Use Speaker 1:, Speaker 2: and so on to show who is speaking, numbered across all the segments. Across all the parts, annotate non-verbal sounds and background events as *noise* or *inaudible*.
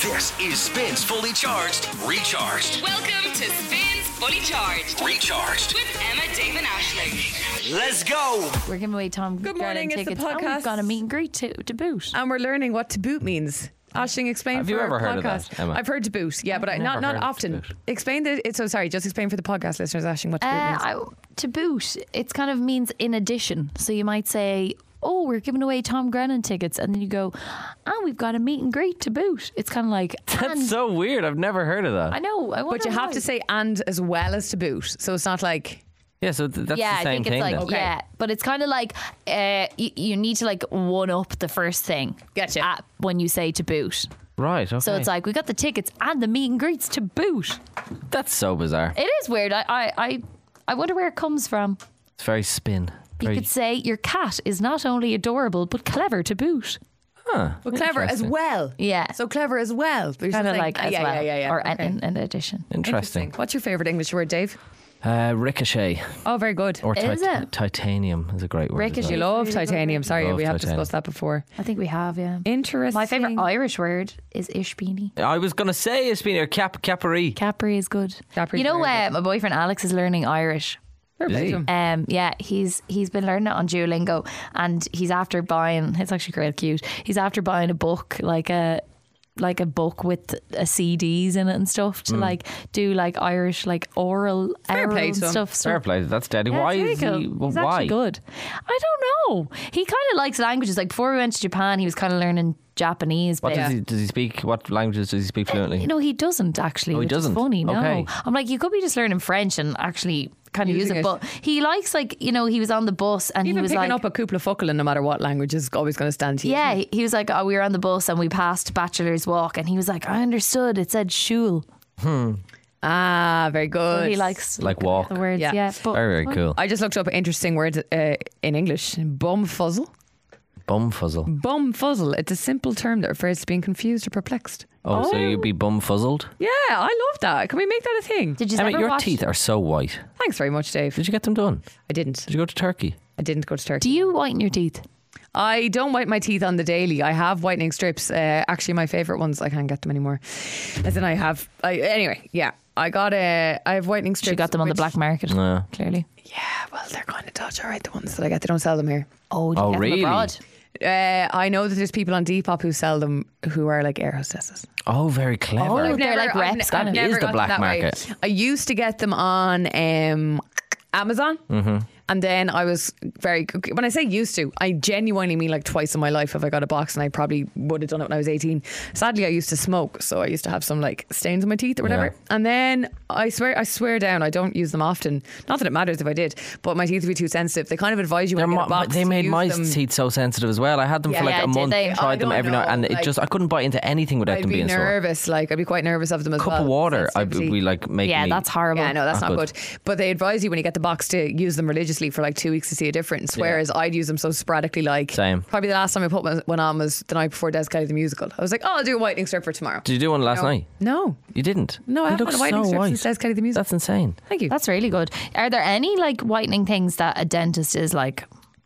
Speaker 1: This is Spins Fully Charged, Recharged,
Speaker 2: Welcome to Spins Fully Charged
Speaker 1: Recharged.
Speaker 2: with Emma Damon Ashley.
Speaker 1: Let's go.
Speaker 3: We're giving away Tom
Speaker 4: Good
Speaker 3: Grennan
Speaker 4: morning, it's the
Speaker 3: tickets. And
Speaker 4: podcast.
Speaker 3: we've got a meet and greet to, to boot.
Speaker 4: and we're learning what to boot means. Ashing, explain
Speaker 5: Have
Speaker 4: for
Speaker 5: you
Speaker 4: our
Speaker 5: ever heard of that,
Speaker 4: podcast.
Speaker 5: Emma?
Speaker 4: I've heard to boot, yeah, but I,
Speaker 5: never
Speaker 4: not not
Speaker 5: heard of to
Speaker 4: often.
Speaker 5: boot.
Speaker 4: Explain the. It's so sorry. Just explain for the podcast listeners, Ashing, what to boot
Speaker 3: Uh,
Speaker 4: means.
Speaker 3: I, to boot, it kind of means in addition. So you might say, "Oh, we're giving away Tom Grennan tickets," and then you go, "Ah, we've got a meet and greet to boot." It's kind of like
Speaker 4: *laughs*
Speaker 3: and-
Speaker 5: That's so weird. I've never heard of that.
Speaker 3: I know, I
Speaker 4: but
Speaker 3: wonder
Speaker 4: you have
Speaker 3: why.
Speaker 4: to say and as well as to boot, so it's not like
Speaker 5: yeah, so th- that's
Speaker 3: yeah,
Speaker 5: the
Speaker 3: I
Speaker 5: same
Speaker 3: think
Speaker 5: thing.
Speaker 3: it's like
Speaker 5: then.
Speaker 4: Okay.
Speaker 3: yeah, but it's kind of like uh, you, you need to like one up the first thing.
Speaker 4: Gotcha.
Speaker 3: At, when you say to boot,
Speaker 5: Right. Okay.
Speaker 3: so it's like we got the tickets and the meet and greets to boot.
Speaker 5: that's so bizarre.
Speaker 3: It is weird. I I I, I wonder where it comes from.
Speaker 5: It's very spin.
Speaker 3: You
Speaker 5: Very-
Speaker 3: could say your cat is not only adorable but clever to boot.
Speaker 4: but clever as
Speaker 5: Interesting.
Speaker 4: well.
Speaker 3: Yeah.
Speaker 4: So clever as well. But you're
Speaker 3: Kind of
Speaker 4: just
Speaker 3: like
Speaker 4: ah,
Speaker 3: as
Speaker 4: yeah,
Speaker 3: well,
Speaker 4: yeah, yeah, yeah.
Speaker 3: or
Speaker 4: Okay.
Speaker 3: in, in addition.
Speaker 5: Interesting.
Speaker 4: What's your favorite English word, Dave?
Speaker 5: Uh, ricochet
Speaker 4: Oh, very good.
Speaker 5: or
Speaker 3: Is
Speaker 5: tit-
Speaker 3: it?
Speaker 5: titanium is a great word. as
Speaker 3: Ricochet.
Speaker 4: you
Speaker 5: well.
Speaker 4: love titanium. Sorry,
Speaker 5: Love
Speaker 4: we have
Speaker 5: titanium.
Speaker 4: discussed that before.
Speaker 3: I think we have, yeah.
Speaker 4: Interesting.
Speaker 3: My favorite Irish word is ishbini.
Speaker 5: I was gonna say it's been a cap capri.
Speaker 3: Capri is good.
Speaker 4: Capri
Speaker 3: you
Speaker 4: is
Speaker 3: know,
Speaker 4: very
Speaker 3: uh, my boyfriend Alex is learning Irish.
Speaker 4: Verbatim.
Speaker 3: Um, yeah, he's he's been learning it on Duolingo, and he's after buying. It's actually quite cute. He's after buying a book like a like a book with uh CDs in it and stuff to like do like Irish like oral,
Speaker 4: Fair play
Speaker 3: oral
Speaker 4: to him.
Speaker 3: stuff. So
Speaker 5: Fair play. That's deadly.
Speaker 3: Yeah,
Speaker 5: why
Speaker 3: it's very
Speaker 5: is he?
Speaker 3: cool.
Speaker 5: well,
Speaker 3: He's
Speaker 5: why?
Speaker 3: actually good. I don't know. He kind of likes languages. Like before we went to Japan, he was kind of learning Japanese.
Speaker 5: What
Speaker 3: but
Speaker 5: does he? Does he speak? What languages does he speak fluently?
Speaker 3: no, he doesn't actually.
Speaker 5: Oh, he
Speaker 3: which is
Speaker 5: doesn't?
Speaker 3: Funny, no.
Speaker 5: Okay.
Speaker 3: I'm like, you could be just learning French and actually kind of use
Speaker 4: Using
Speaker 3: it.
Speaker 4: it.
Speaker 3: But he likes like you know he was on the bus and
Speaker 4: Even
Speaker 3: he was
Speaker 4: picking
Speaker 3: like.
Speaker 4: up a couple of fuckle in no matter what language is always going to stand to you.
Speaker 3: yeah, he was like, oh, we were on the bus and we passed Bachelor's Walk, and he was like, I understood. It said shul.
Speaker 4: Ah, very
Speaker 3: But
Speaker 4: good.
Speaker 3: he likes
Speaker 5: Like
Speaker 3: looking at
Speaker 5: walk.
Speaker 3: the words.
Speaker 4: Yeah.
Speaker 3: Yeah, but
Speaker 5: Very very cool.
Speaker 4: I just looked up interesting words uh, in English. Bumfuzzle.
Speaker 5: Bum fuzzle.
Speaker 4: Bumfuzzle. It's a simple term that refers to being confused or perplexed.
Speaker 5: Oh, so you'd be bum fuzzled.
Speaker 4: Yeah, I love that. Can we make that a thing?
Speaker 3: Did you
Speaker 5: Emma,
Speaker 3: ever
Speaker 5: your
Speaker 3: watch?
Speaker 5: teeth are so white.
Speaker 4: Thanks very much, Dave.
Speaker 5: Did you get them done?
Speaker 4: I didn't.
Speaker 5: Did you go to Turkey?
Speaker 4: I didn't go to Turkey.
Speaker 3: Do you whiten your teeth?
Speaker 4: I don't whiten my teeth on the daily. I have whitening strips. Uh, actually, my favorite ones. I can't get them anymore. As in, I have. I, anyway, yeah. I got a. I have whitening strips.
Speaker 3: She got them on the
Speaker 4: which-
Speaker 3: black market. Clearly.
Speaker 4: Yeah, well, they're kind of dodgy. All right, the ones that I get, they don't sell them here.
Speaker 3: Oh, did you
Speaker 5: Oh,
Speaker 3: get
Speaker 5: really?
Speaker 3: them abroad?
Speaker 4: Uh, I know that there's people on Depop who sell them who are like air hostesses.
Speaker 5: Oh, very clever.
Speaker 3: They're like
Speaker 4: I've
Speaker 3: reps,
Speaker 4: ne-
Speaker 3: kind
Speaker 4: I've
Speaker 3: of.
Speaker 4: never
Speaker 5: It is the
Speaker 4: gotten
Speaker 5: black
Speaker 4: that way.
Speaker 5: market.
Speaker 4: I used to get them on um, Amazon.
Speaker 5: Mm-hmm.
Speaker 4: And then I was very, when I say used to, I genuinely mean like twice in my life if I got a box and I probably would have done it when I was 18. Sadly, I used to smoke. So I used to have some like stains on my teeth or whatever. And then I swear, I swear down, I don't use them often. Not that it matters if I did, but my teeth would be too sensitive. They kind of advise you
Speaker 5: They're
Speaker 4: when you get
Speaker 5: mo-
Speaker 4: a box
Speaker 5: they
Speaker 4: to
Speaker 5: made
Speaker 4: use
Speaker 5: my
Speaker 4: them.
Speaker 5: teeth so sensitive as well. I had them for like
Speaker 3: Yeah,
Speaker 5: a
Speaker 3: did
Speaker 5: month.
Speaker 3: they?
Speaker 5: Tried
Speaker 4: I
Speaker 5: them
Speaker 4: don't
Speaker 5: every now
Speaker 4: know,
Speaker 5: and it
Speaker 4: like-
Speaker 5: just I couldn't bite into anything without
Speaker 4: I'd
Speaker 5: them
Speaker 4: be
Speaker 5: being sore.
Speaker 4: nervous. Like I'd be quite nervous of them as
Speaker 5: Cup
Speaker 4: well.
Speaker 5: of water, I
Speaker 4: sensitivity.
Speaker 5: would be like making.
Speaker 3: Yeah,
Speaker 5: me-
Speaker 3: that's horrible.
Speaker 4: Yeah, no, that's
Speaker 5: Not
Speaker 4: not
Speaker 5: good.
Speaker 4: good. But they advise you when you get the box to use them religiously for like two weeks to see a difference. Whereas I'd use them so sporadically, like
Speaker 5: Same.
Speaker 4: Probably the last time I put one- one on was the night before Des Kelly the musical. I was like, oh, I'll do a whitening strip for tomorrow.
Speaker 5: Did you do one last
Speaker 4: No.
Speaker 5: night?
Speaker 4: No,
Speaker 5: You didn't.
Speaker 4: no, I
Speaker 5: You
Speaker 4: haven't
Speaker 5: look
Speaker 4: had a whitening
Speaker 5: so
Speaker 4: strip
Speaker 5: white.
Speaker 4: since Des Kelly the musical.
Speaker 5: That's insane.
Speaker 4: Thank you.
Speaker 3: That's really good. Are there any like whitening things that a dentist is like,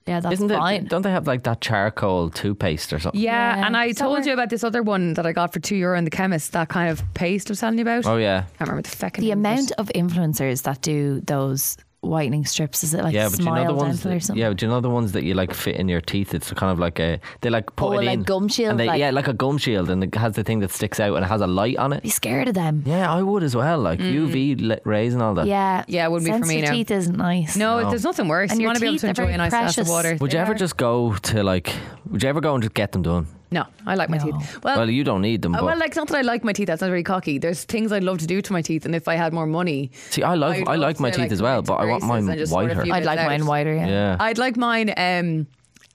Speaker 3: yeah, that's
Speaker 5: Isn't it?
Speaker 3: fine?
Speaker 5: Don't they have like that charcoal toothpaste or something?
Speaker 4: yeah,
Speaker 3: Yeah.
Speaker 4: and I
Speaker 3: Is that
Speaker 4: told
Speaker 3: where-
Speaker 4: you about this other one that I got for two euro in the chemist. That kind of paste I was telling you about.
Speaker 5: Oh yeah.
Speaker 4: can't remember the feckin'
Speaker 3: the
Speaker 4: name of it.
Speaker 3: amount of influencers that do those whitening strips is it like
Speaker 5: Yeah, but do you
Speaker 3: smile
Speaker 5: know the ones?
Speaker 3: dental or
Speaker 5: That,
Speaker 3: something?
Speaker 5: yeah, but do you know the ones that you like fit in your teeth? It's kind of like a they like put
Speaker 3: Oh,
Speaker 5: it
Speaker 3: like
Speaker 5: in
Speaker 3: gum shield,
Speaker 5: and they-
Speaker 3: like-
Speaker 5: yeah, like a gum shield, and it has the thing that sticks out and it has a light on it.
Speaker 3: Be scared of them.
Speaker 5: Yeah, I would as well. Like UV le- rays and all that.
Speaker 3: Yeah,
Speaker 4: Yeah, it wouldn't be for me
Speaker 3: Sensitive
Speaker 4: now.
Speaker 3: teeth isn't nice.
Speaker 4: No, there's nothing worse.
Speaker 3: And
Speaker 4: you
Speaker 3: your
Speaker 4: want to be able
Speaker 3: teeth
Speaker 4: to
Speaker 3: are
Speaker 4: enjoy
Speaker 3: very
Speaker 4: a nice glass of
Speaker 3: precious.
Speaker 4: water.
Speaker 5: Would
Speaker 4: They
Speaker 5: you ever
Speaker 4: are.
Speaker 5: just go to like? Would you ever go and just get them done?
Speaker 4: No, I like my
Speaker 3: No.
Speaker 4: teeth. Well,
Speaker 5: Well, you don't need them.
Speaker 4: Uh,
Speaker 5: But
Speaker 4: well, like, not that I like my teeth. That's not very cocky. There's things I'd love to do to my teeth, and if I had more money,
Speaker 5: see, I like
Speaker 4: I'd
Speaker 5: I
Speaker 4: love
Speaker 5: like
Speaker 4: to,
Speaker 5: my teeth
Speaker 4: like,
Speaker 5: as well,
Speaker 4: make
Speaker 5: but I want
Speaker 4: braces and
Speaker 5: mine
Speaker 4: just sort of
Speaker 5: whiter.
Speaker 4: feel-
Speaker 3: I'd like
Speaker 4: It's out.
Speaker 3: mine wider. Yeah.
Speaker 5: Yeah.
Speaker 4: I'd like mine. Um,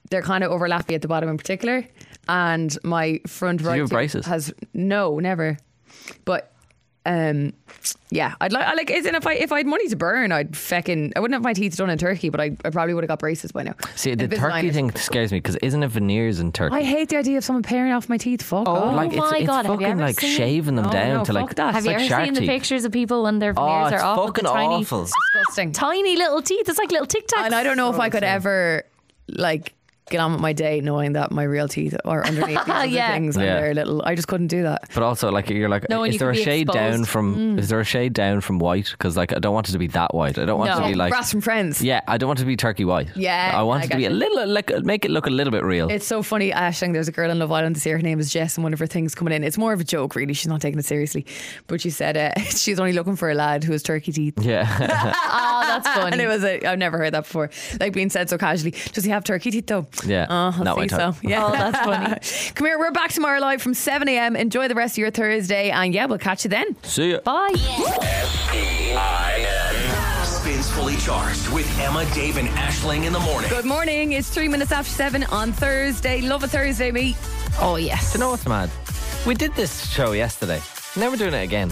Speaker 4: they're kind of overlappy at the bottom in particular, and my front right
Speaker 5: have
Speaker 4: tooth
Speaker 5: braces?
Speaker 4: has no, never. But um, yeah, I'd like. I like. Isn't if I if I had money to burn, I'd feckin' I wouldn't have my teeth done in Turkey, but I, I probably would have got braces by now.
Speaker 5: See, the
Speaker 4: Invisalign Oh,
Speaker 5: turkey
Speaker 4: or
Speaker 5: thing scares me because isn't it veneers in Turkey?
Speaker 4: I hate the idea of someone paring off my teeth. Fuck.
Speaker 3: Oh,
Speaker 4: off.
Speaker 5: like it's,
Speaker 3: my
Speaker 5: it's
Speaker 3: God, have you
Speaker 5: fucking
Speaker 3: ever
Speaker 5: like
Speaker 3: seen- Oh,
Speaker 5: shaving them
Speaker 4: No,
Speaker 5: down
Speaker 4: no,
Speaker 5: to like.
Speaker 4: fuck
Speaker 5: it's
Speaker 4: that. Have
Speaker 3: Have
Speaker 5: like
Speaker 3: you ever
Speaker 5: shark
Speaker 3: seen the
Speaker 5: teeth.
Speaker 3: pictures of people when their
Speaker 5: Oh,
Speaker 3: veneers
Speaker 5: it's
Speaker 3: are off with
Speaker 5: fucking
Speaker 3: the tiny,
Speaker 5: awful.
Speaker 4: disgusting.
Speaker 3: tiny little teeth? It's like little tic tacs.
Speaker 4: And I don't know if I could ever like get on with my day knowing that my real teeth are underneath these other
Speaker 3: Yeah.
Speaker 4: things and
Speaker 5: Yeah.
Speaker 4: they're little. I just couldn't do that.
Speaker 5: But also, like you're like,
Speaker 3: No, and
Speaker 5: is
Speaker 3: you
Speaker 5: there a
Speaker 3: can be
Speaker 5: shade
Speaker 3: exposed.
Speaker 5: down from? Is there a shade down from white? Because like I don't want it to be that white. I don't want it
Speaker 3: No.
Speaker 5: to be like.
Speaker 4: Brass from Friends.
Speaker 5: Yeah, I don't want it to be turkey white.
Speaker 4: Yeah,
Speaker 5: I want
Speaker 4: I
Speaker 5: it to be
Speaker 4: get
Speaker 5: a little like make it look a little bit real.
Speaker 4: It's so funny, Ashling. There's a girl in Love Island this year. Her name is Jess, and one of her things coming in. It's more of a joke, really. She's not taking it seriously, but she said uh, *laughs* she's only looking for a lad who has turkey teeth.
Speaker 5: yeah,
Speaker 3: Oh, that's funny.
Speaker 4: *laughs* And it was a, I've never heard that before. Like being said so casually. Does he have turkey teeth though?
Speaker 5: Yeah.
Speaker 4: Uh, I'll
Speaker 5: Not my
Speaker 4: see
Speaker 5: type.
Speaker 4: so. Yeah.
Speaker 3: Oh, that's funny.
Speaker 4: *laughs* Come here. We're back tomorrow live from 7 a.m. Enjoy the rest of your Thursday, and yeah, we'll catch you then.
Speaker 5: see ya.
Speaker 3: Bye.
Speaker 1: E Spins Fully Charged with Emma, Dave, and Ashling in the morning.
Speaker 4: Good morning. It's three minutes after seven on Thursday. Love a Thursday, me.
Speaker 3: Oh yes.
Speaker 5: You know what's mad? We did this show yesterday. Now we're doing it
Speaker 4: *laughs*
Speaker 5: again,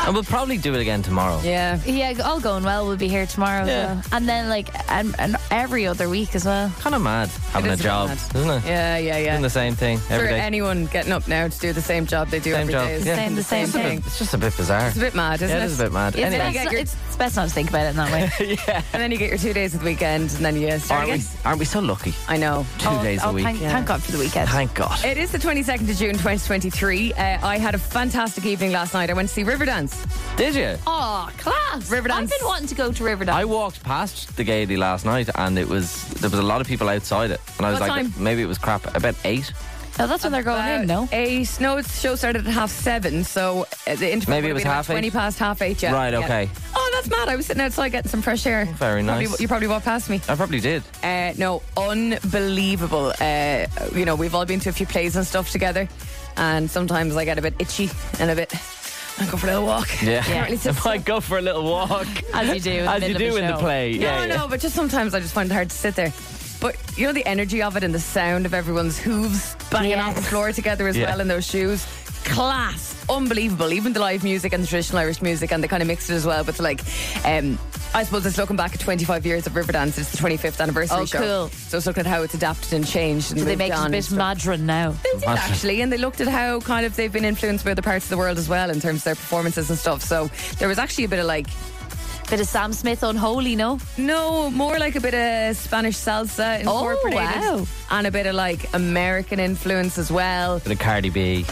Speaker 5: and we'll probably do it again tomorrow.
Speaker 4: Yeah.
Speaker 3: Yeah, all going well. We'll be here tomorrow. as
Speaker 5: Yeah.
Speaker 3: well. And then like and, and every other week as well.
Speaker 5: Kind of mad having a
Speaker 4: is a bit
Speaker 5: job,
Speaker 4: mad.
Speaker 5: isn't it?
Speaker 4: Yeah, yeah, yeah.
Speaker 5: Doing the same thing every
Speaker 4: for
Speaker 5: day.
Speaker 4: anyone getting up now to do the same job they do
Speaker 5: Same
Speaker 4: every
Speaker 5: job.
Speaker 4: day.
Speaker 5: Yeah.
Speaker 3: Same- the same
Speaker 5: It's a bit-
Speaker 3: thing.
Speaker 5: It's just a bit bizarre.
Speaker 4: It's a bit mad, isn't
Speaker 5: yeah, it is a bit mad.
Speaker 4: It's
Speaker 5: Anyway,
Speaker 4: you get
Speaker 3: It's,
Speaker 4: your-
Speaker 3: it's, it's best not to think about it in
Speaker 5: *laughs*
Speaker 3: that way.
Speaker 4: And then you get your two days at the weekend, and then you start
Speaker 5: aren't
Speaker 4: again.
Speaker 5: we? Aren't we so lucky?
Speaker 4: I know.
Speaker 5: Two days a
Speaker 3: oh,
Speaker 5: week.
Speaker 3: Thank,
Speaker 4: Yeah.
Speaker 3: thank God for the weekend.
Speaker 5: Thank God.
Speaker 4: It is the 22nd of June 2023. Uh, I had a fantastic evening last night. I went to see Riverdance.
Speaker 5: Did you?
Speaker 3: Oh, class!
Speaker 4: Riverdance.
Speaker 3: I've been wanting to go to Riverdance.
Speaker 5: I walked past the Gaiety last night, and it was there was a lot of people outside it, and I was
Speaker 4: What
Speaker 5: like,
Speaker 4: time?
Speaker 5: maybe it was crap. About eight,
Speaker 3: oh, that's when they're going in. No,
Speaker 4: Eight. No, the Uh, show started at half seven, so uh, the interview
Speaker 5: Maybe it was half eight?
Speaker 4: 20 past half eight, yeah.
Speaker 5: Right,
Speaker 4: Yeah.
Speaker 5: okay.
Speaker 4: Oh, that's mad. I was sitting outside getting some fresh air.
Speaker 5: Very
Speaker 4: Probably-
Speaker 5: nice.
Speaker 4: you probably walked past me.
Speaker 5: I probably did.
Speaker 4: Uh, no, unbelievable. Uh, you know, we've all been to a few plays and stuff together, and sometimes I get a bit itchy and a bit. I go for a little walk. Can't really
Speaker 5: *laughs*
Speaker 4: sit
Speaker 5: I might go for a little
Speaker 4: *laughs*
Speaker 5: walk,
Speaker 3: as you do. In
Speaker 5: as you
Speaker 3: middle of
Speaker 5: do
Speaker 3: a
Speaker 5: in the
Speaker 3: show.
Speaker 5: play.
Speaker 4: no,
Speaker 5: yeah, yeah.
Speaker 4: no, but just sometimes I just find it hard to sit there. But you know the energy of it and the sound of everyone's hooves banging
Speaker 3: Yeah.
Speaker 4: off the floor together as
Speaker 5: Yeah.
Speaker 4: well in those shoes. Class, unbelievable. Even the live music and the traditional Irish music, and they kind of mixed it as well. But like, um, I suppose it's looking back at 25 years of Riverdance. It's the 25th anniversary
Speaker 3: Oh,
Speaker 4: show.
Speaker 3: cool.
Speaker 4: So it's looking at how it's adapted and changed. And
Speaker 3: Do they
Speaker 4: moved
Speaker 3: make it
Speaker 4: on
Speaker 3: a
Speaker 4: and
Speaker 3: bit
Speaker 4: stuff.
Speaker 3: madron now?
Speaker 4: They did actually, and they looked at how kind of they've been influenced by other parts of the world as well in terms of their performances and stuff. So there was actually a bit of like
Speaker 3: Bit of Sam Smith unholy, no?
Speaker 4: no, more like a bit of Spanish salsa incorporated.
Speaker 5: Oh,
Speaker 3: wow.
Speaker 4: And a bit of like American influence as well. *gasps*
Speaker 5: Bit of Cardi B.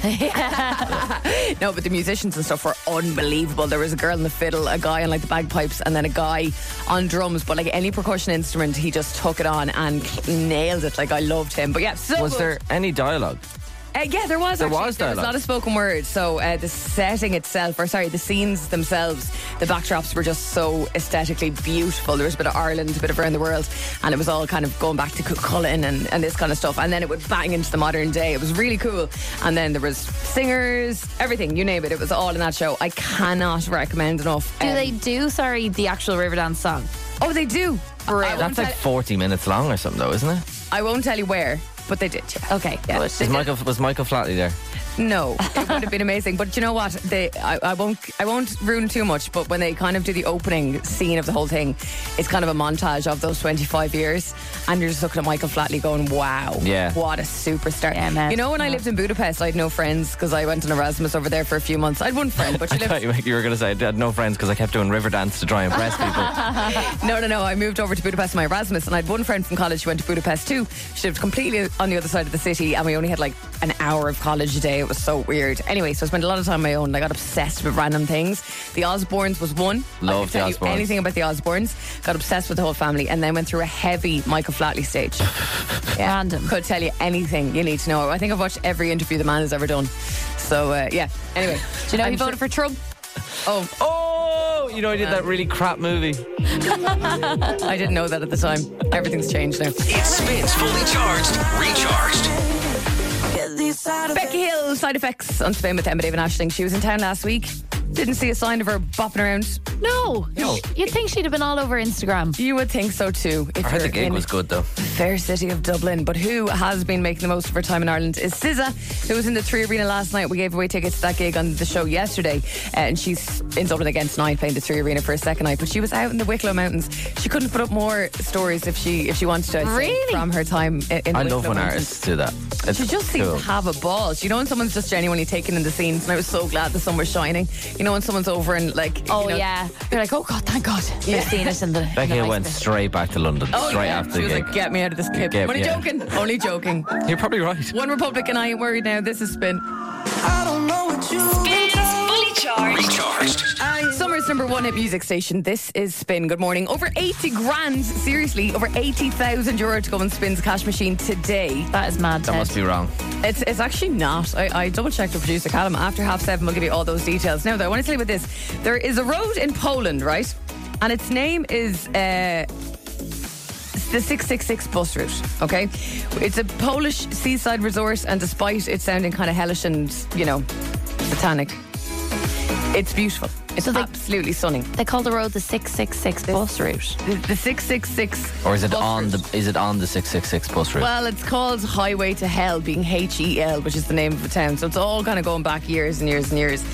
Speaker 4: No, but the musicians and stuff were unbelievable. There was a girl on the fiddle, a guy on like the bagpipes, and then a guy on drums. But like any percussion instrument, he just took it on and nailed it. Like I loved him. But yeah, so
Speaker 5: Was
Speaker 4: good.
Speaker 5: there any dialogue?
Speaker 4: Uh, yeah, there was.
Speaker 5: There
Speaker 4: actually.
Speaker 5: was
Speaker 4: There was a
Speaker 5: dialogue.
Speaker 4: lot of spoken words. So uh, the setting itself, or sorry, the scenes themselves, the backdrops were just so aesthetically beautiful. There was a bit of Ireland, a bit of around the world, and it was all kind of going back to Cu- Cullen and, and this kind of stuff. And then it would bang into the modern day. It was really cool. And then there was singers, everything, you name it. It was all in that show. I cannot recommend enough.
Speaker 3: Do
Speaker 4: Um,
Speaker 3: they do, sorry, the actual Riverdance song?
Speaker 4: Oh, they do. I, won't
Speaker 5: That's
Speaker 4: tell,
Speaker 5: like 40 minutes long or something, though, isn't it?
Speaker 4: I won't tell you where, but they did. Yeah.
Speaker 3: Okay,
Speaker 4: Yeah.
Speaker 3: good.
Speaker 5: Was Michael, was Michael Flatley there?
Speaker 4: No, it would have been amazing. But you know what? They, I, I won't, I won't ruin too much. But when they kind of do the opening scene of the whole thing, it's kind of a montage of those 25 years, and you're just looking at Michael Flatley going, "Wow,
Speaker 5: Yeah.
Speaker 4: what a superstar."
Speaker 3: Yeah, man.
Speaker 4: You know, when I
Speaker 3: Yeah.
Speaker 4: lived in Budapest, I had no friends because I went on Erasmus over there for a few months. I had one friend, but she
Speaker 5: I
Speaker 4: lived
Speaker 5: thought you *laughs* you were going to say I had no friends because I kept doing river dance to try and impress people.
Speaker 4: *laughs* No, no, no. I moved over to Budapest for my Erasmus, and I had one friend from college who went to Budapest too. She lived completely on the other side of the city, and we only had like an hour of college a day. It was so weird. Anyway, so I spent a lot of time on my own. and I got obsessed with random things. The Osbournes was one. I
Speaker 5: Love
Speaker 4: could tell
Speaker 5: the Osbournes.
Speaker 4: You anything about the Osbournes? Got obsessed with the whole family, and then went through a heavy Michael
Speaker 5: *laughs*
Speaker 4: Flatley stage. Yeah.
Speaker 3: Random.
Speaker 4: Could tell you anything you need to know. I think I've watched every interview the man has ever done. So uh, yeah. Anyway,
Speaker 3: Do you know
Speaker 4: I'm
Speaker 3: he voted
Speaker 4: sure-
Speaker 3: for Trump?
Speaker 4: Oh,
Speaker 5: Oh, you know, I did that really crap movie.
Speaker 4: I didn't know that at the time. Everything's changed now.
Speaker 1: It spins fully charged, recharged.
Speaker 4: Becky Hill, side effects on Spain with Emma David Ashling. She was in town last week. Didn't see a sign of her bopping around.
Speaker 3: No. You'd think she'd have been all over Instagram.
Speaker 4: You would think so too. If
Speaker 5: I heard the
Speaker 4: you're
Speaker 5: gig
Speaker 4: in
Speaker 5: was good, though.
Speaker 4: fair city of Dublin. But who has been making the most of her time in Ireland is SZA, who was in the Three Arena last night. We gave away tickets to that gig on the show yesterday, uh, and she's in Dublin again tonight playing the Three Arena for a second night. But she was out in the Wicklow Mountains. She couldn't put up more stories if she if she wanted to. I'd say,
Speaker 3: Really?
Speaker 4: from her time i- in. the
Speaker 5: I love
Speaker 4: Wicklow
Speaker 5: when
Speaker 4: Mountains.
Speaker 5: artists do that. It's
Speaker 4: She just seems
Speaker 5: cool.
Speaker 4: to have a ball. You know, when someone's just genuinely taken in the scenes, and I was so glad the sun was shining. You You know, when someone's over and like, you
Speaker 3: Oh
Speaker 4: know,
Speaker 3: yeah, you're like, oh god, thank God,
Speaker 4: Yeah.
Speaker 3: I've seen it in the. in the
Speaker 5: Becky
Speaker 3: nice
Speaker 5: went
Speaker 3: bit."
Speaker 5: straight back to London
Speaker 4: Oh,
Speaker 5: straight
Speaker 4: yeah.
Speaker 5: after
Speaker 4: she
Speaker 5: the
Speaker 4: was
Speaker 5: gig.
Speaker 4: like, "Get me out of this clip."
Speaker 5: Get-
Speaker 4: Only
Speaker 5: yeah.
Speaker 4: joking. Only joking.
Speaker 5: You're probably right.
Speaker 4: One Republic and I ain't worried now. This is spin.
Speaker 2: Spins Fully Charged.
Speaker 1: Recharged.
Speaker 4: Summer's number one hit music station. This is Spin. Good morning. Over 80 grand, seriously, over 80,000 euro to go in Spin's cash machine today.
Speaker 3: That is mad.
Speaker 5: That
Speaker 3: Ted.
Speaker 5: must be wrong.
Speaker 4: It's, it's actually not. I, I double checked with producer Callum. After half seven, we'll give you all those details. Now, though, I want to tell you about this. There is a road in Poland, right? And its name is uh, the 666 bus route, okay? It's a Polish seaside resort, and despite it sounding kind of hellish and, you know, satanic, it's beautiful. It's
Speaker 3: So they-
Speaker 4: absolutely stunning.
Speaker 3: They call the road the six six six bus route.
Speaker 4: The, the 666.
Speaker 5: Or is it
Speaker 4: bus
Speaker 5: on
Speaker 4: route.
Speaker 5: the is it on the six six six bus route?
Speaker 4: Well, it's called Highway to Hell, being H E L, which is the name of the town. So it's all kind of going back years and years and years.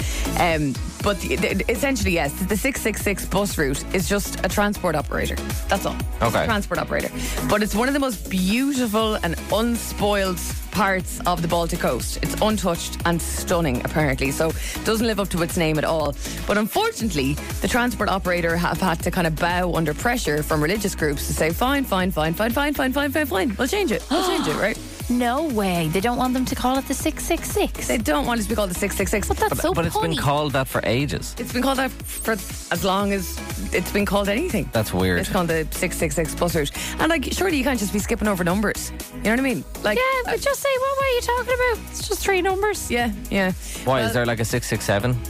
Speaker 4: Um, but the, the- essentially, yes, the 666 bus route is just a transport operator. That's all. It's a
Speaker 5: Okay.
Speaker 4: transport operator. But it's one of the most beautiful and unspoiled parts of the Baltic coast. It's untouched and stunning, apparently. So it doesn't live up to its name at all. But unfortunately, the transport operator have had to kind of bow under pressure from religious groups to say, fine, fine, fine, fine, fine, fine, fine, fine, fine. We'll change it. We'll change it, right?
Speaker 3: No way. They don't want them to call it the six six six.
Speaker 4: They don't want it to be called the 666.
Speaker 3: But that's so
Speaker 5: but it's been
Speaker 3: punny.
Speaker 5: called that for ages.
Speaker 4: It's been called that for as long as it's been called anything.
Speaker 5: That's weird.
Speaker 4: It's called the 666 bus route. And like, surely you can't just be skipping over numbers. You know what I mean? Like,
Speaker 3: Yeah,
Speaker 5: uh,
Speaker 3: but just say what were you talking about? It's just three numbers.
Speaker 4: yeah, yeah.
Speaker 5: Why
Speaker 4: Well,
Speaker 5: is there like a six six seven?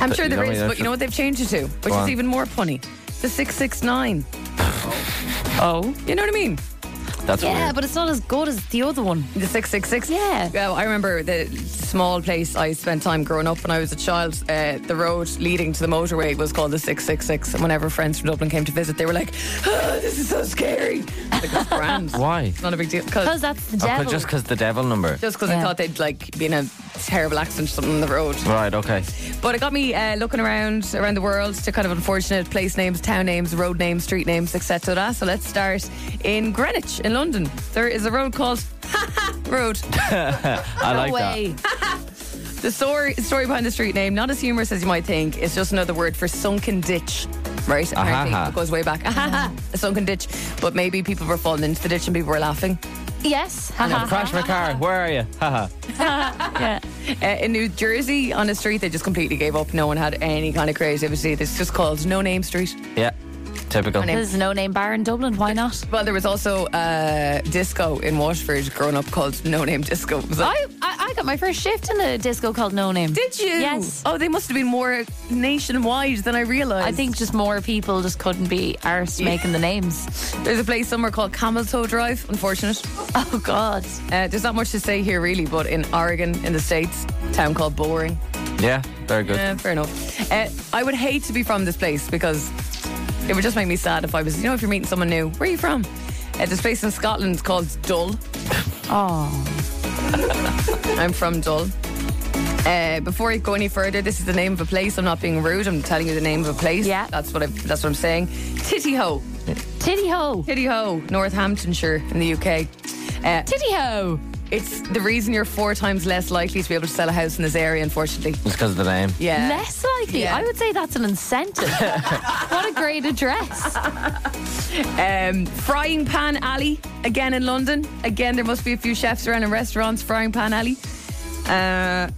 Speaker 4: I'm sure
Speaker 5: you
Speaker 4: there
Speaker 5: know,
Speaker 4: is,
Speaker 5: yeah,
Speaker 4: but you
Speaker 5: sure.
Speaker 4: know what they've changed it to, which
Speaker 5: Go
Speaker 4: is
Speaker 5: on.
Speaker 4: even more punny.
Speaker 5: *sighs*
Speaker 4: The 669.
Speaker 5: Oh,
Speaker 4: You know what I mean?
Speaker 5: that's
Speaker 3: Yeah,
Speaker 5: weird.
Speaker 3: but it's not as good as the other one.
Speaker 4: The 666?
Speaker 3: Yeah.
Speaker 4: Well, I remember the small place I spent time growing up when I was a child. Uh, the road leading to the motorway was called the 666. And whenever friends from Dublin came to visit, they were like, *gasps* oh, this is so scary. Like, that's grand.
Speaker 5: *laughs* Why?
Speaker 4: It's not a big deal.
Speaker 3: Because
Speaker 4: Cause,
Speaker 3: that's the
Speaker 5: Oh,
Speaker 3: devil.
Speaker 5: just because the devil number.
Speaker 4: just because I
Speaker 3: Yeah.
Speaker 4: thought they'd like be in a terrible accident or something on the road.
Speaker 5: Right. Okay.
Speaker 4: But it got me uh, looking around around the world to kind of unfortunate place names, town names, road names, street names, etc. So let's start in Greenwich in London. There is a road called *laughs* Road.
Speaker 5: I like
Speaker 3: no way.
Speaker 4: The story, story behind the street name, not as humorous as you might think, it's just another word for sunken ditch. Right? Apparently,
Speaker 5: Ahaha.
Speaker 4: it goes way back. *laughs* Ahaha, a sunken ditch. But maybe people were falling into the ditch and people were laughing.
Speaker 5: *laughs*
Speaker 3: Yes.
Speaker 5: that.
Speaker 3: haha.
Speaker 5: Crash my car. Where are you? *laughs* Haha.
Speaker 3: yeah.
Speaker 4: Uh, in New Jersey, on a street, they just completely gave up. No one had any kind of creativity. This is just called No Name Street.
Speaker 5: yeah. Typical.
Speaker 3: There's no name bar in Dublin. Why not?
Speaker 4: Well, there was also uh, disco in Waterford growing up called No Name Disco. It was like-
Speaker 3: I, I I got my first shift in a disco called No Name.
Speaker 4: did you?
Speaker 3: Yes.
Speaker 4: Oh, they must have been more nationwide than I realised.
Speaker 3: I think just more people just couldn't be arsed making the names. *laughs*
Speaker 4: there's a place somewhere called Camel Toe Drive. Unfortunate.
Speaker 3: Oh God.
Speaker 4: Uh, there's not much to say here, really, but in Oregon, in the States, a town called Boring.
Speaker 5: Yeah. Very good.
Speaker 4: Yeah, fair enough. Uh, I would hate to be from this place because it would just make me sad if I was, you know, if you're meeting someone new, where are you from? Uh, this place in Scotland called Dull.
Speaker 3: Oh.
Speaker 4: I'm from Dull. Uh, before I go any further, this is the name of a place. I'm not being rude. I'm telling you the name of a place.
Speaker 3: Yeah.
Speaker 4: that's what I, that's what I'm saying. Titty Ho,
Speaker 3: Titty ho.
Speaker 4: Titty Ho, Northamptonshire in the UK. Uh,
Speaker 3: Titty ho.
Speaker 4: it's the reason you're four times less likely to be able to sell a house in this area, unfortunately.
Speaker 5: It's because of the name.
Speaker 4: Yeah.
Speaker 3: Less likely.
Speaker 4: Yeah.
Speaker 3: I would say that's an incentive. *laughs* what a great address.
Speaker 4: Um, Frying Pan Alley, again in London. Again, there must be a few chefs around in restaurants. Frying Pan Alley. Uh,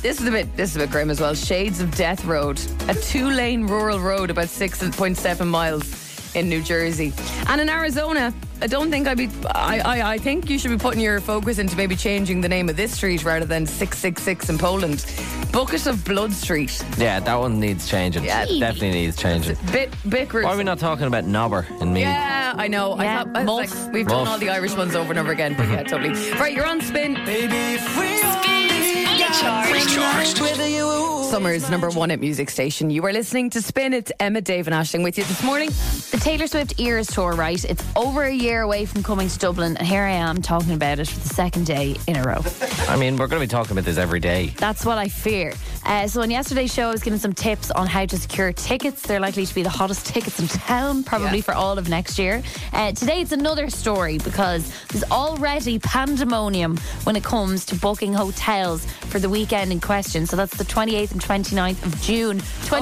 Speaker 4: this is a bit this is a bit grim as well. Shades of Death Road, a two-lane rural road about six point seven miles in New Jersey, and in Arizona. I don't think I'd be. I, I I think you should be putting your focus into maybe changing the name of this street rather than six six six in Poland. Bucket of Blood Street.
Speaker 5: Yeah. That one needs changing.
Speaker 4: Yeah.
Speaker 5: It definitely needs changing.
Speaker 4: Bit bit.
Speaker 5: Why are we not talking about knobber and me?
Speaker 4: Yeah, I know. I
Speaker 3: Yeah,
Speaker 4: thought, I was
Speaker 3: Mulf.
Speaker 4: like, we've
Speaker 5: Mulf.
Speaker 4: done all the Irish ones over and over again, but yeah, totally. *laughs* Right, you're on spin.
Speaker 2: Spins Fully Charged.
Speaker 1: Recharged.
Speaker 4: Summer's number one at music station. You are listening to Spin. It's Emma, Dave, and Ashling with you this morning.
Speaker 3: The Taylor Swift Eras Tour, right? It's over a year away from coming to Dublin, and here I am talking about it for the second day in a row.
Speaker 5: I mean, we're going to be talking about this every day.
Speaker 3: That's what I fear. Uh, so on yesterday's show, I was giving some tips on how to secure tickets. They're likely to be the hottest tickets in town, probably
Speaker 5: Yeah.
Speaker 3: for all of next year. Uh, today, it's another story because there's already pandemonium when it comes to booking hotels for the weekend in question. So that's the 28th and 29th of June,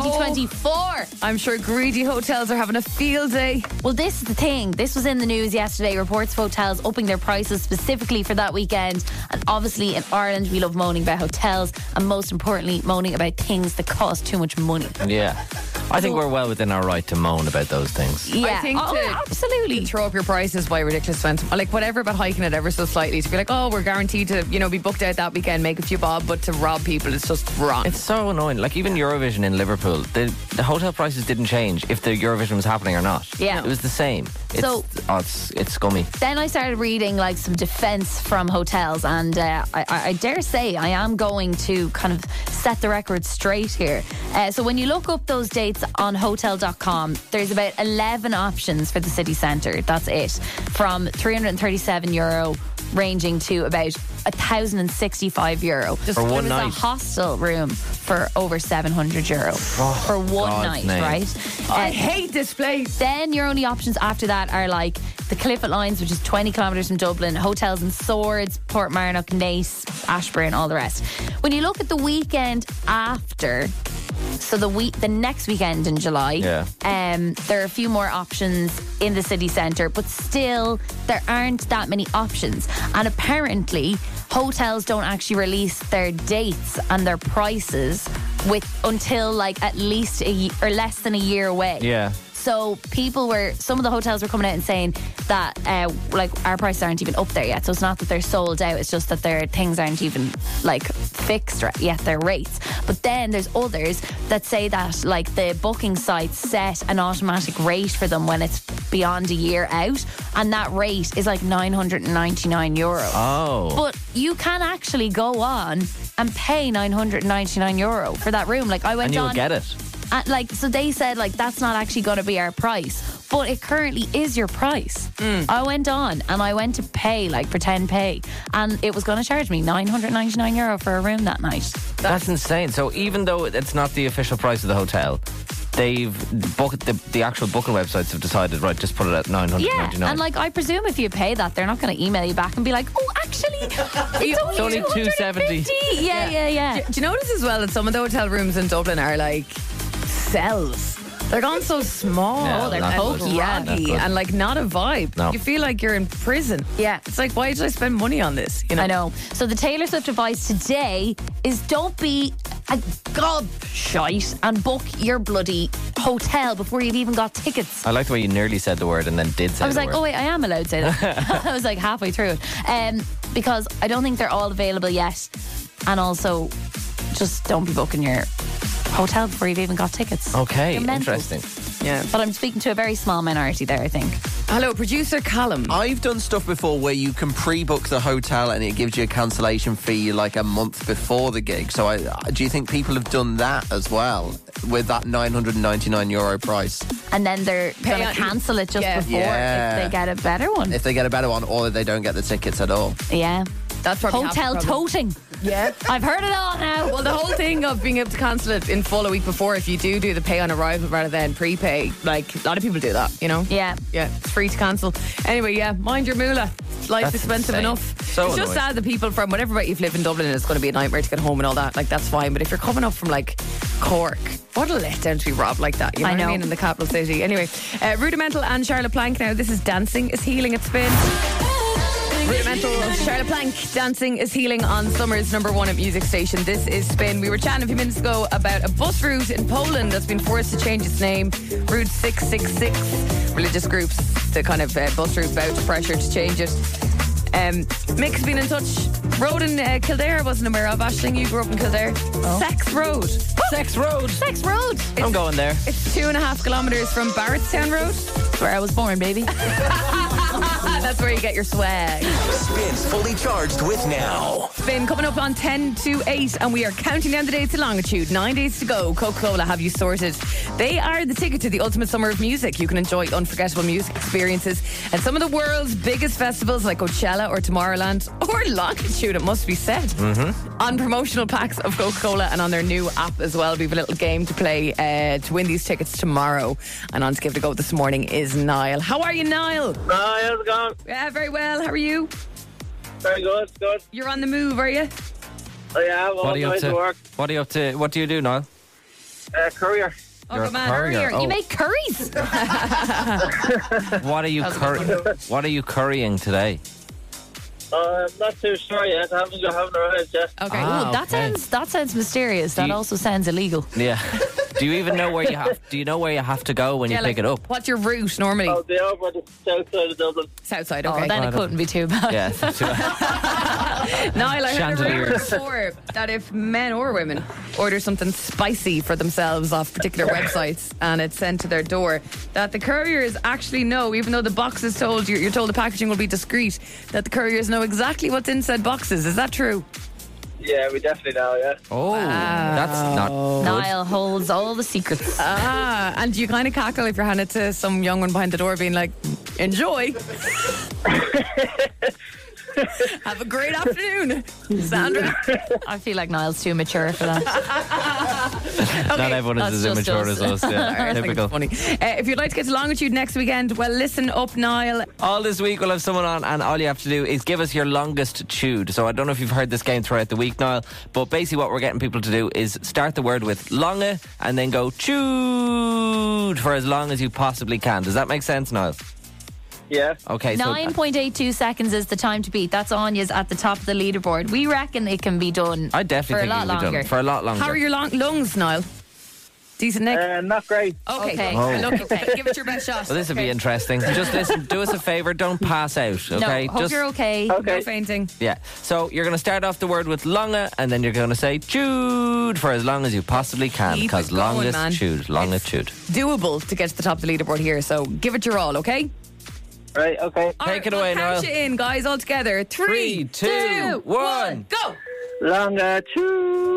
Speaker 3: 2024.
Speaker 4: I'm sure greedy hotels are having a field day.
Speaker 3: Well, this is the thing. This was in the news yesterday. Reports of hotels upping their prices specifically for that weekend. And obviously, in Ireland, we love moaning about hotels and most importantly, moaning about things that cost too much money.
Speaker 5: Yeah. I think we're well within our right to moan about those things.
Speaker 3: Yeah,
Speaker 4: I think
Speaker 3: oh,
Speaker 4: to-
Speaker 3: absolutely.
Speaker 4: Throw up your prices by ridiculous fence. Like whatever about hiking it ever so slightly to be like, oh, we're guaranteed to, you know, be booked out that weekend, make a few bob, but to rob people it's just wrong.
Speaker 5: It's so annoying. Like even Eurovision in Liverpool, the, the hotel prices didn't change if the Eurovision was happening or not.
Speaker 3: Yeah.
Speaker 5: It was the same. It's,
Speaker 3: So-
Speaker 5: oh, it's, it's scummy.
Speaker 3: Then I started reading like some defense from hotels, and uh, I, I I dare say I am going to kind of set the record straight here. Uh, so when you look up those dates on hotel.com, there's about 11 options for the city centre. That's it. From 337 euro ranging to about 1065 euro.
Speaker 5: For
Speaker 3: there
Speaker 5: one
Speaker 3: was
Speaker 5: night.
Speaker 3: a hostel room for over 700 euro for one
Speaker 5: God's
Speaker 3: night,
Speaker 5: name.
Speaker 3: right?
Speaker 4: I
Speaker 3: Uh,
Speaker 4: hate this place.
Speaker 3: then your only options after that are like the Clifford Lines, which is 20 kilometres from Dublin, hotels and Swords, Port Marnock, Nace, Ashburn, all the rest. When you look at the weekend after, so the week, the next weekend in July,
Speaker 5: Yeah.
Speaker 3: um, there are a few more options in the city centre, but still there aren't that many options. And apparently, hotels don't actually release their dates and their prices with until like at least a ye- or less than a year away.
Speaker 5: Yeah.
Speaker 3: So people were, some of the hotels were coming out and saying that, uh, like, our prices aren't even up there yet. So it's not that they're sold out; it's just that their things aren't even like fixed ra- yet. Their rates. But then there's others that say that, like, the booking sites set an automatic rate for them when it's beyond a year out, and that rate is like 999 euro.
Speaker 5: Oh.
Speaker 3: But you can actually go on and pay 999 euro for that room. Like I went
Speaker 5: and you'll
Speaker 3: on
Speaker 5: get it.
Speaker 3: and like, so they said, like, that's not actually going to be our price, but it currently is your price. I went on and I went to pay, like, pretend pay, and it was going to charge me 999 euro for a room that night.
Speaker 5: That's insane. So even though it's not the official price of the hotel, they've book, the, the actual booking websites have decided right, just put it at nine hundred
Speaker 3: Yeah.
Speaker 5: ninety nine.
Speaker 3: And, like, I presume if you pay that, they're not going to email you back and be like, oh, *laughs* actually, it's
Speaker 5: only
Speaker 3: only,
Speaker 5: 270.
Speaker 3: 250. Yeah, yeah, yeah.
Speaker 4: Do you notice as well that some of the hotel rooms in Dublin are like cells? They're gone so small.
Speaker 5: Yeah, Oh, they're
Speaker 4: and
Speaker 5: not good.
Speaker 4: groggy
Speaker 5: Not good.
Speaker 4: and like not a vibe.
Speaker 5: No.
Speaker 4: You feel like you're in prison.
Speaker 3: Yeah.
Speaker 4: It's like why did I spend money on this? You know.
Speaker 3: I know. So the Taylor Swift advice today is don't be a gobshite and book your bloody hotel before you've even got tickets.
Speaker 5: I like the way you nearly said the word and then did say
Speaker 3: I was
Speaker 5: the
Speaker 3: like,
Speaker 5: word.
Speaker 3: oh wait, I am allowed to
Speaker 5: *laughs*
Speaker 3: say that. *laughs* I was like halfway through it, um, because I don't think they're all available yet, and also just don't be booking your hotel before you've even got tickets.
Speaker 5: Okay,
Speaker 3: You're mental.
Speaker 5: interesting.
Speaker 4: Yeah.
Speaker 3: But I'm speaking to a very small minority there, I think.
Speaker 4: Hello, producer Callum.
Speaker 6: I've done stuff before where you can pre-book the hotel and it gives you a cancellation fee like a month before the gig. So, I, do you think people have done that as well with that 999 euro price?
Speaker 3: And then they're going to
Speaker 4: on-
Speaker 3: cancel it just
Speaker 4: Yeah.
Speaker 3: before
Speaker 6: Yeah.
Speaker 3: if they get a better one.
Speaker 6: If they get a better one, or they don't get the tickets at all.
Speaker 3: yeah.
Speaker 4: That's probably half the
Speaker 3: Hotel
Speaker 4: problem.
Speaker 3: toting.
Speaker 4: Yeah.
Speaker 3: I've heard it all now.
Speaker 4: *laughs* Well, the whole thing of being able to cancel it in full a week before, if you do do the pay on arrival rather than prepay, like a lot of people do that, you know?
Speaker 3: Yeah.
Speaker 4: Yeah, it's free to cancel. Anyway, yeah, mind your moolah. Life's
Speaker 5: That's
Speaker 4: expensive
Speaker 5: insane.
Speaker 4: enough.
Speaker 5: So
Speaker 4: it's just
Speaker 5: annoying.
Speaker 4: sad that people from whatever about you live in Dublin, it's going to be a nightmare to get home and all that. Like, that's fine. But if you're coming up from like Cork, what a letdown to be robbed like that. You know,
Speaker 3: I
Speaker 4: what I
Speaker 3: know.
Speaker 4: mean? In the capital city. Anyway, uh, Rudimental and Charlotte Plank now. This is Dancing is Healing at Spin. Rudimental Charlotte Plank dancing is healing on summer's number one at music station. This is Spin. We were chatting a few minutes ago about a bus route in Poland that's been forced to change its name, Route 666. Religious groups, the kind of uh, bus route bout pressure to change it. Um, Mick's been in touch. Road in uh, Kildare I wasn't aware of. Ashling, you grew up in Kildare. Sex Road.
Speaker 5: Sex Road.
Speaker 3: Oh. Sex Road.
Speaker 5: I'm going there.
Speaker 4: It's two and a half kilometres from Barrettstown Road.
Speaker 3: That's where I was born, baby.
Speaker 4: *laughs* That's where you get your swag.
Speaker 1: Spins fully charged with now.
Speaker 4: Spin coming up on 10 to 8, and we are counting down the days to longitude. Nine days to go. Coca Cola have you sorted. They are the ticket to the ultimate summer of music. You can enjoy unforgettable music experiences at some of the *laughs* world's biggest festivals like Coachella or Tomorrowland or Longitude, it must be said. on promotional packs of Coca Cola and on their new app as well. We have a little game to play uh, to win these tickets tomorrow. And on to give it a go this morning is Niall. How are you, Niall?
Speaker 7: Hi, how's it going?
Speaker 4: Yeah, very well. How are you?
Speaker 7: Very good, good.
Speaker 4: You're on the move, are you?
Speaker 7: I have all
Speaker 5: What are you up
Speaker 7: kinds of
Speaker 5: to?
Speaker 7: work.
Speaker 5: What are you up to? What do you do, Niall?
Speaker 7: Uh, career.
Speaker 4: Oh,
Speaker 5: You're a
Speaker 4: good man.
Speaker 5: courier.
Speaker 3: You
Speaker 5: Oh.
Speaker 3: make curries.
Speaker 5: What are you cur- What are you currying today?
Speaker 7: Uh, I'm not too sure yet. I haven't, I haven't arrived yet.
Speaker 4: Okay.
Speaker 5: Ah.
Speaker 3: Ooh, that
Speaker 5: okay.
Speaker 3: sounds that sounds mysterious. That
Speaker 5: you-
Speaker 3: also sounds illegal.
Speaker 5: Yeah. *laughs* do you even know where you have? Do you know where you have to go when
Speaker 4: Yeah,
Speaker 5: you
Speaker 4: like,
Speaker 5: pick it
Speaker 3: *laughs*
Speaker 5: up?
Speaker 4: What's your route normally?
Speaker 5: Oh.
Speaker 7: I'll be over on the south side of Dublin.
Speaker 4: South side,
Speaker 3: Oh,
Speaker 4: okay.
Speaker 3: then it couldn't be too bad.
Speaker 5: Yeah. *laughs* that's-
Speaker 4: *laughs* Niall, I heard a rumor
Speaker 5: Chandeliers.
Speaker 4: before that if men or women order something spicy for themselves off particular websites and it's sent to their door, that the couriers actually know, even though the box is told you're, you're told the packaging will be discreet, that the couriers know exactly what's in said boxes. Is that true?
Speaker 7: Yeah, we definitely know, yeah.
Speaker 5: oh, that's not good.
Speaker 3: Niall holds all the secrets.
Speaker 4: Ah, and you kind of cackle if you're handed to some young one behind the door, being like,
Speaker 5: *laughs*
Speaker 4: "Enjoy." Have a great afternoon, Sandra.
Speaker 3: I feel like Niall's too mature for that.
Speaker 5: Not everyone
Speaker 3: that's
Speaker 5: is as
Speaker 3: just
Speaker 5: immature
Speaker 3: us.
Speaker 5: as
Speaker 3: *laughs*
Speaker 5: us. Yeah.
Speaker 4: I think it's
Speaker 5: Typical.
Speaker 4: funny. Uh, if you'd like to get to longitude next weekend, well, listen up, Niall.
Speaker 5: All this week we'll have someone on, and all you have to do is give us your longest chewed. So I don't know if you've heard this game throughout the week, Niall, but basically what we're getting people to do is start the word with longa and then go chewed for as long as you possibly can. Does that make sense, Niall?
Speaker 7: Yeah.
Speaker 5: Okay, so
Speaker 3: 9.82 seconds is the time to beat. That's Anya's at the top of the leaderboard. We reckon it can be done
Speaker 5: I definitely think
Speaker 3: for a lot
Speaker 5: it will be
Speaker 3: longer.
Speaker 5: done for a lot longer.
Speaker 4: How are your long- lungs, Niall? Decent, Nick.
Speaker 7: Uh, not great.
Speaker 4: okay,
Speaker 3: okay.
Speaker 5: Oh.
Speaker 4: Look, okay. Give it
Speaker 5: *laughs*
Speaker 4: your best shot.
Speaker 5: Well, this would be interesting. Just listen, do us a favor, don't pass out,
Speaker 3: no,
Speaker 5: okay?
Speaker 3: hope
Speaker 5: Just
Speaker 3: you're okay.
Speaker 5: *laughs*
Speaker 4: No
Speaker 7: Okay.
Speaker 4: fainting.
Speaker 5: yeah. So you're going to start off the word with longa, and then you're going to say chewed for as long as you possibly can,
Speaker 4: Keep
Speaker 5: because
Speaker 4: it going,
Speaker 5: longest
Speaker 4: man.
Speaker 5: chewed, longest chewed.
Speaker 4: Doable to get to the top of the leaderboard here, so give it your all, okay?
Speaker 7: Right, okay.
Speaker 4: All
Speaker 5: Take it
Speaker 4: we'll
Speaker 5: away,
Speaker 4: count
Speaker 5: Niall.
Speaker 4: you in, guys, all together.
Speaker 5: Three,
Speaker 4: Three,
Speaker 5: two,
Speaker 4: two,
Speaker 5: one.
Speaker 4: go.
Speaker 7: Longer uh, two.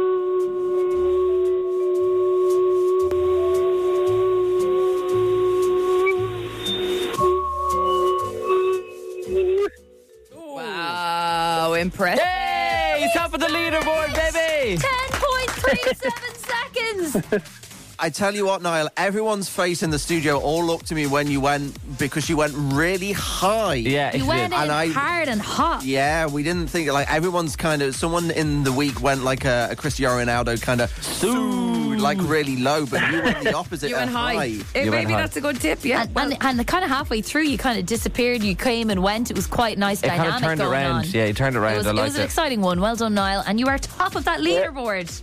Speaker 4: Wow, impressive.
Speaker 5: Hey, top of the leaderboard, baby! *laughs*
Speaker 3: 10.37 seconds.
Speaker 6: I tell you what, Niall, everyone's face in the studio all looked to me when you went because you went really high.
Speaker 5: Yeah, if
Speaker 3: You went in
Speaker 6: And I-
Speaker 3: hard and hot.
Speaker 6: Yeah, we didn't think like everyone's kind of someone in the week went like a, a Cristiano Ronaldo kind of sued like really low, but you went the opposite.
Speaker 4: You went
Speaker 6: of
Speaker 4: high. Eh,
Speaker 5: You went
Speaker 4: maybe
Speaker 5: high.
Speaker 4: that's a good tip, yeah.
Speaker 3: And, and, and kind of halfway through, you kind of disappeared. You came and went. It was quite nice
Speaker 5: It
Speaker 3: dynamic
Speaker 5: kind of turned
Speaker 3: going
Speaker 5: around.
Speaker 3: on.
Speaker 5: Yeah, you turned around.
Speaker 3: It was,
Speaker 5: I
Speaker 3: it was
Speaker 5: liked
Speaker 3: an
Speaker 5: it.
Speaker 3: exciting one. Well done, Niall. And you are top of that leaderboard.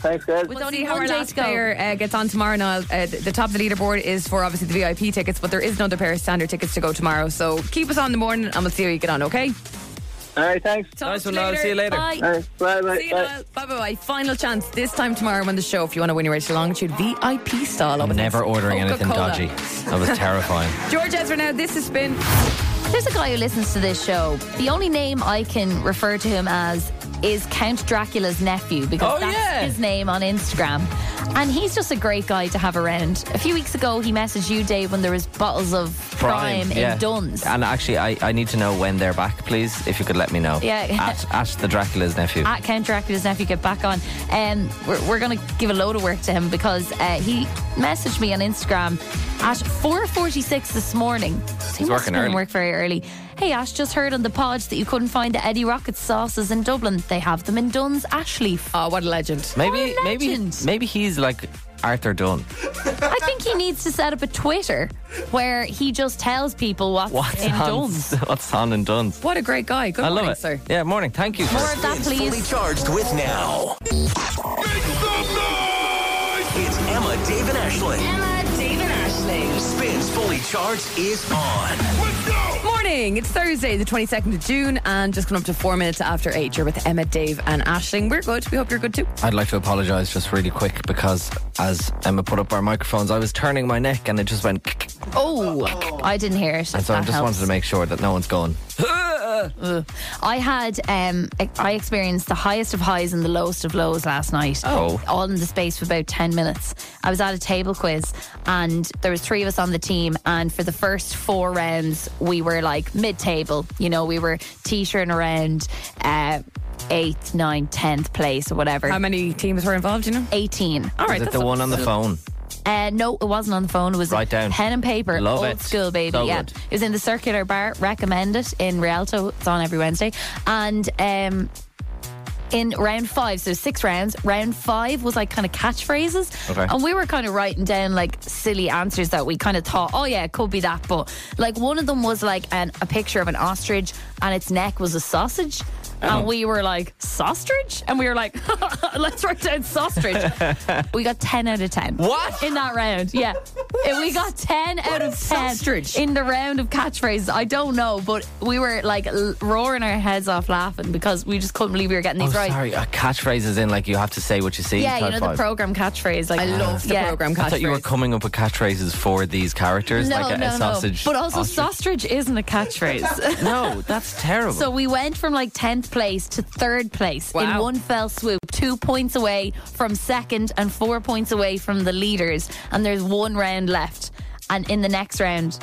Speaker 7: Thanks, guys.
Speaker 3: With
Speaker 4: We'll
Speaker 3: only
Speaker 4: see how
Speaker 3: one
Speaker 4: our
Speaker 3: day
Speaker 4: last
Speaker 3: to go.
Speaker 4: player uh, gets on tomorrow, Niall. Uh, the, the top of the leaderboard is for obviously the VIP tickets, but there is another pair of standard tickets to go tomorrow. So keep us on the morning, and we'll see how you get on. Okay.
Speaker 7: All right, thanks.
Speaker 4: Talk
Speaker 5: Nice
Speaker 4: to
Speaker 5: one, Niall. See you later.
Speaker 3: Bye.
Speaker 7: All right, bye, bye,
Speaker 4: See you,
Speaker 7: bye.
Speaker 4: Niall. Bye, bye, bye. Final chance this time tomorrow on the show. If you want to win your Rachel Longitude VIP style,
Speaker 5: I'm never ordering anything dodgy. That was
Speaker 3: *laughs*
Speaker 5: terrifying.
Speaker 4: George Ezra, now this has been.
Speaker 3: There's a guy who listens to this show. The only name I can refer to him as is Count Dracula's nephew because
Speaker 5: Oh,
Speaker 3: that's
Speaker 5: yeah.
Speaker 3: his name on Instagram. And he's just a great guy to have around. A few weeks ago, he messaged you, Dave, when there was bottles of prime, in
Speaker 5: yeah.
Speaker 3: Duns.
Speaker 5: And actually, I, I need to know when they're back, please, if you could let me know.
Speaker 3: Yeah.
Speaker 5: *laughs* At, at the Dracula's nephew.
Speaker 3: at Count Dracula's nephew get back on. Um, we're we're going to give a load of work to him because uh, he messaged me on Instagram at 4.46 this morning. So he
Speaker 5: He's working
Speaker 3: must have been in
Speaker 5: early.
Speaker 3: work very early. Hey Ash, just heard on the pod that you couldn't find the Eddie Rocket sauces in Dublin. They have them in Dunn's Ashleaf.
Speaker 4: Oh, what a legend.
Speaker 5: maybe,
Speaker 3: what a
Speaker 5: maybe,
Speaker 3: legend.
Speaker 5: maybe he's like Arthur Dunn.
Speaker 3: I think he needs to set up a Twitter where he just tells people what's,
Speaker 5: What's
Speaker 3: in
Speaker 5: on?
Speaker 3: Dunn's.
Speaker 5: *laughs* What's on in Dunn's?
Speaker 4: What a great guy. Good
Speaker 5: I
Speaker 4: morning,
Speaker 5: love it.
Speaker 4: sir.
Speaker 5: Yeah, morning. Thank you.
Speaker 3: More of that,
Speaker 1: Spins fully
Speaker 3: please.
Speaker 1: charged with now. It's Emma, Dave, and Ashling.
Speaker 2: Emma, Dave, and Ashling.
Speaker 1: Spins fully charged is on.
Speaker 4: Morning. It's Thursday, the 22nd of June, and just coming up to four minutes after eight. You're with Emma, Dave, and Ashling. We're good. We hope you're good too.
Speaker 5: I'd like to apologise just really quick because as Emma put up our microphones, I was turning my neck and it just went.
Speaker 3: Oh, I didn't hear it.
Speaker 5: And so I
Speaker 3: That
Speaker 5: just
Speaker 3: helps.
Speaker 5: wanted to make sure that no one's going.
Speaker 3: I had, um, ex- I experienced the highest of highs and the lowest of lows last night.
Speaker 5: Oh.
Speaker 3: All in the space of about 10 minutes. I was at a table quiz and there was three of us on the team. And for the first four rounds, we were like mid-table. You know, we were teetering around uh, eighth, ninth, tenth place or whatever.
Speaker 4: How many teams were involved, you know?
Speaker 3: 18.
Speaker 4: All right.
Speaker 5: Is it
Speaker 4: that's
Speaker 5: the one on the phone?
Speaker 3: Uh, no, it wasn't on the phone. It was
Speaker 5: Write down.
Speaker 3: pen and paper.
Speaker 5: Love
Speaker 3: old
Speaker 5: it.
Speaker 3: school, baby.
Speaker 5: So
Speaker 3: yeah,
Speaker 5: good.
Speaker 3: it was in the circular bar. Recommend it in Rialto. It's on every Wednesday. And um, in round five, so six rounds. Round five was like kind of catchphrases,
Speaker 5: Okay.
Speaker 3: and we were kind of writing down like silly answers that we kind of thought, oh yeah, it could be that. But like one of them was like an, a picture of an ostrich, and its neck was a sausage.
Speaker 5: Oh.
Speaker 3: And we were like, sausage? And we were like, *laughs* let's write down sausage. We got 10 out of 10.
Speaker 5: What?
Speaker 3: In that round, yeah. And we got 10 out of 10
Speaker 4: ostrich?
Speaker 3: in the round of catchphrases. I don't know, but we were like l- roaring our heads off laughing because we just couldn't believe we were getting
Speaker 5: Oh,
Speaker 3: these right.
Speaker 5: sorry. Uh, catchphrases in like you have to say what you see.
Speaker 3: Yeah, you
Speaker 5: type
Speaker 3: know, the
Speaker 5: five.
Speaker 3: program catchphrase. Like,
Speaker 4: I love the
Speaker 3: yeah.
Speaker 4: program
Speaker 5: I thought you were
Speaker 4: catchphrase.
Speaker 5: coming up with catchphrases for these characters,
Speaker 3: No,
Speaker 5: like a,
Speaker 3: no,
Speaker 5: a sausage.
Speaker 3: no. But also,
Speaker 5: ostrich.
Speaker 3: sausage isn't a *laughs* catchphrase.
Speaker 5: No, that's terrible.
Speaker 3: so we went from like 10th place to third place in
Speaker 4: Wow.
Speaker 3: one fell swoop, two points away from second and four points away from the leaders. And there's one round left. And in the next round,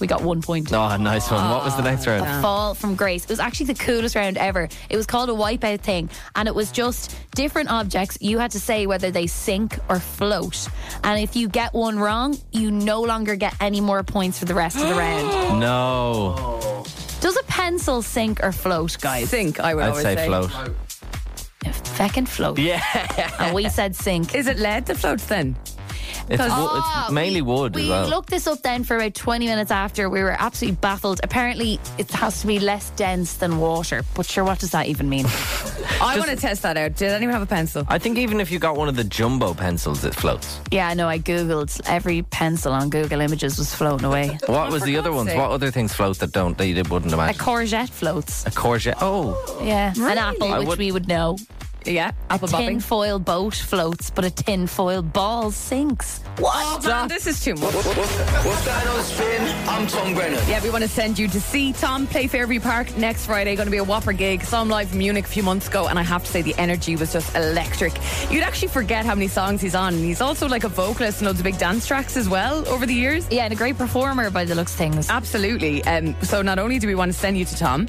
Speaker 3: we got one point.
Speaker 5: oh, nice one. What was the next round?
Speaker 3: A fall from grace. It was actually the coolest round ever. It was called a wipeout thing, and it was just different objects. You had to say whether they sink or float, and if you get one wrong, you no longer get any more points for the rest of
Speaker 5: *gasps*
Speaker 3: the round.
Speaker 5: No,
Speaker 3: Does a pencil sink or float,
Speaker 4: I
Speaker 3: guys?
Speaker 4: think I would
Speaker 5: I'd
Speaker 4: always
Speaker 5: say float.
Speaker 3: Feckin' float.
Speaker 5: Yeah,
Speaker 3: And we said sink.
Speaker 4: Is it lead that floats then?
Speaker 5: it's, wo-
Speaker 3: Ah,
Speaker 5: Oh, it's mainly
Speaker 3: we-
Speaker 5: wood
Speaker 3: We
Speaker 5: as well.
Speaker 3: looked this up then for about 20 minutes after. We were absolutely baffled. Apparently, it has to be less dense than water. But sure, what does that
Speaker 5: *laughs*
Speaker 3: even mean?
Speaker 4: I want to test that out. Did anyone have a pencil?
Speaker 5: I think even if you got one of the jumbo pencils, it floats.
Speaker 3: Yeah, I know. I googled every pencil on Google Images was floating away.
Speaker 5: What was the other
Speaker 4: God's
Speaker 5: ones?
Speaker 4: sake.
Speaker 5: What other things float that don't that you wouldn't
Speaker 3: A
Speaker 5: imagine?
Speaker 3: courgette floats.
Speaker 5: A courgette. Oh,
Speaker 3: Yeah, an apple,
Speaker 5: I
Speaker 3: which
Speaker 5: would-
Speaker 3: we would know.
Speaker 4: Yeah, apple
Speaker 3: Tin
Speaker 4: bobbing.
Speaker 3: foil boat floats, but a tin foil ball sinks.
Speaker 4: What? this is too much.
Speaker 1: What's that on spin? I'm Tom Brennan.
Speaker 4: Yeah, we want to send you to see Tom play Fairview Park next Friday. Going to be a whopper gig. Saw him live in Munich a few months ago, and I have to say the energy was just electric. You'd actually forget how many songs he's on. He's also like a vocalist and loads of big dance tracks as well over the years.
Speaker 3: Yeah, and a great performer by the looks of things.
Speaker 4: Absolutely. Um, so not only do we want to send you to Tom.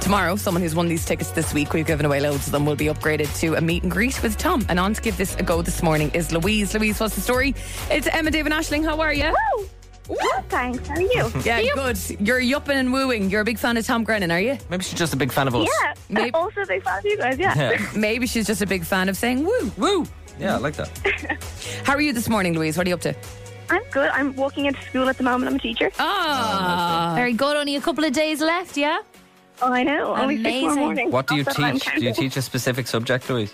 Speaker 4: Tomorrow, someone who's won these tickets this week, we've given away loads of them, will be upgraded to a meet and greet with Tom. And on to give this a go this morning is Louise. Louise, what's the story? It's Emma David Ashling. How are you?
Speaker 8: Well, thanks. How are you?
Speaker 4: *laughs* Yeah, good. You're yupping and wooing. You're a big fan of Tom Grennan, are you?
Speaker 5: maybe she's just a big fan of us.
Speaker 8: Yeah.
Speaker 4: Maybe-
Speaker 8: Uh, Also, they found you guys. Yeah.
Speaker 5: Yeah,
Speaker 4: Maybe she's just a big fan of saying woo, woo.
Speaker 5: yeah, I like that.
Speaker 4: How are you this morning, Louise? What are you up to?
Speaker 8: I'm good. I'm walking into school at the moment. I'm a teacher.
Speaker 5: Oh. Uh,
Speaker 4: Ah,
Speaker 3: Very good. Only a couple of days left, yeah?
Speaker 8: Oh, I know. Only six more
Speaker 3: Amazing.
Speaker 8: morning.
Speaker 5: What do you
Speaker 8: Not that I'm
Speaker 5: teach? Do you
Speaker 8: counting.
Speaker 5: teach a specific subject, Louise?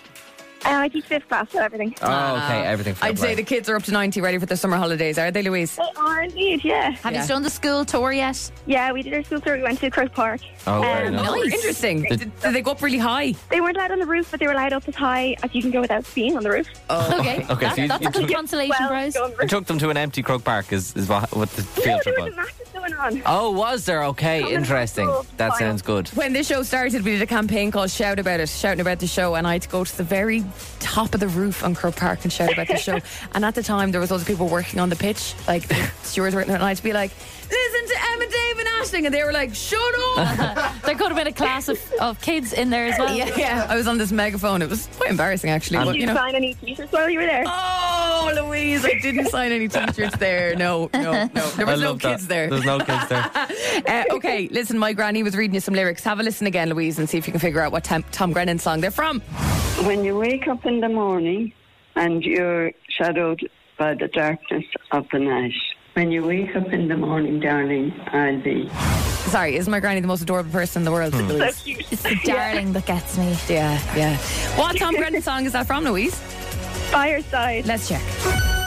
Speaker 8: Uh, I teach fifth class, so everything.
Speaker 5: Oh, okay, everything. fair
Speaker 4: I'd
Speaker 5: play.
Speaker 4: say the kids are up to 90 ready for their summer holidays, are they, Louise?
Speaker 5: Oh.
Speaker 8: They are Oh, indeed. Yeah.
Speaker 3: Have
Speaker 4: Yeah.
Speaker 3: you done the school tour yet?
Speaker 8: Yeah. We did our school tour. We went to Croke Park. Um,
Speaker 5: Oh, very nice.
Speaker 4: Oh, Interesting. Did, did they go up really high?
Speaker 8: They weren't allowed on the roof, but they were allowed up as high as you can go without being on the roof.
Speaker 3: *laughs* okay.
Speaker 5: Oh. Okay, so you,
Speaker 3: That's
Speaker 5: you
Speaker 3: a good
Speaker 5: took,
Speaker 3: consolation
Speaker 8: well,
Speaker 3: prize.
Speaker 8: go on the
Speaker 5: you
Speaker 8: roof.
Speaker 5: took them to an empty Croke Park, is, is what, what the
Speaker 8: No,
Speaker 5: field
Speaker 8: there
Speaker 5: trip was.
Speaker 8: was a matches going on.
Speaker 5: Oh, was there? Okay,
Speaker 8: Coming
Speaker 5: interesting.
Speaker 8: up to
Speaker 5: That
Speaker 8: five.
Speaker 5: sounds good.
Speaker 4: When this show started, we did a campaign called Shout About It, shouting about the show, and I had to go to the very top of the roof on Crow Park and shout about
Speaker 8: *laughs*
Speaker 4: the show. and at the time, there was loads of people working on the pitch, like the stewards working there, and I had to be like, listen to Emma, Dave and Ashling, and they were like, shut up.
Speaker 8: *laughs*
Speaker 3: There could have been a class of, of kids in there as well.
Speaker 4: yeah, yeah. I was on this megaphone. It was quite embarrassing, actually.
Speaker 8: Did
Speaker 4: but,
Speaker 8: you,
Speaker 4: you know.
Speaker 8: sign any t-shirts while you were there?
Speaker 4: Oh, Louise, I didn't sign any t-shirts there. No, no, no.
Speaker 8: *laughs*
Speaker 4: There
Speaker 5: I
Speaker 4: was no
Speaker 5: love that.
Speaker 4: kids there.
Speaker 5: There's no kids there.
Speaker 4: Uh, okay, listen, my granny was reading you some lyrics. Have a listen again, Louise, and see if you can figure out what Tom, Tom Grennan song they're from.
Speaker 9: When you wake up in the morning and you're shadowed by the darkness of the night. When you wake up in the morning, darling, I'll be.
Speaker 4: Sorry, is my granny the most adorable person in the world? Louise?
Speaker 3: It's the darling that gets me.
Speaker 4: Yeah, yeah. What Tom Grennan song is that from, Louise?
Speaker 8: Fireside.
Speaker 4: Let's check.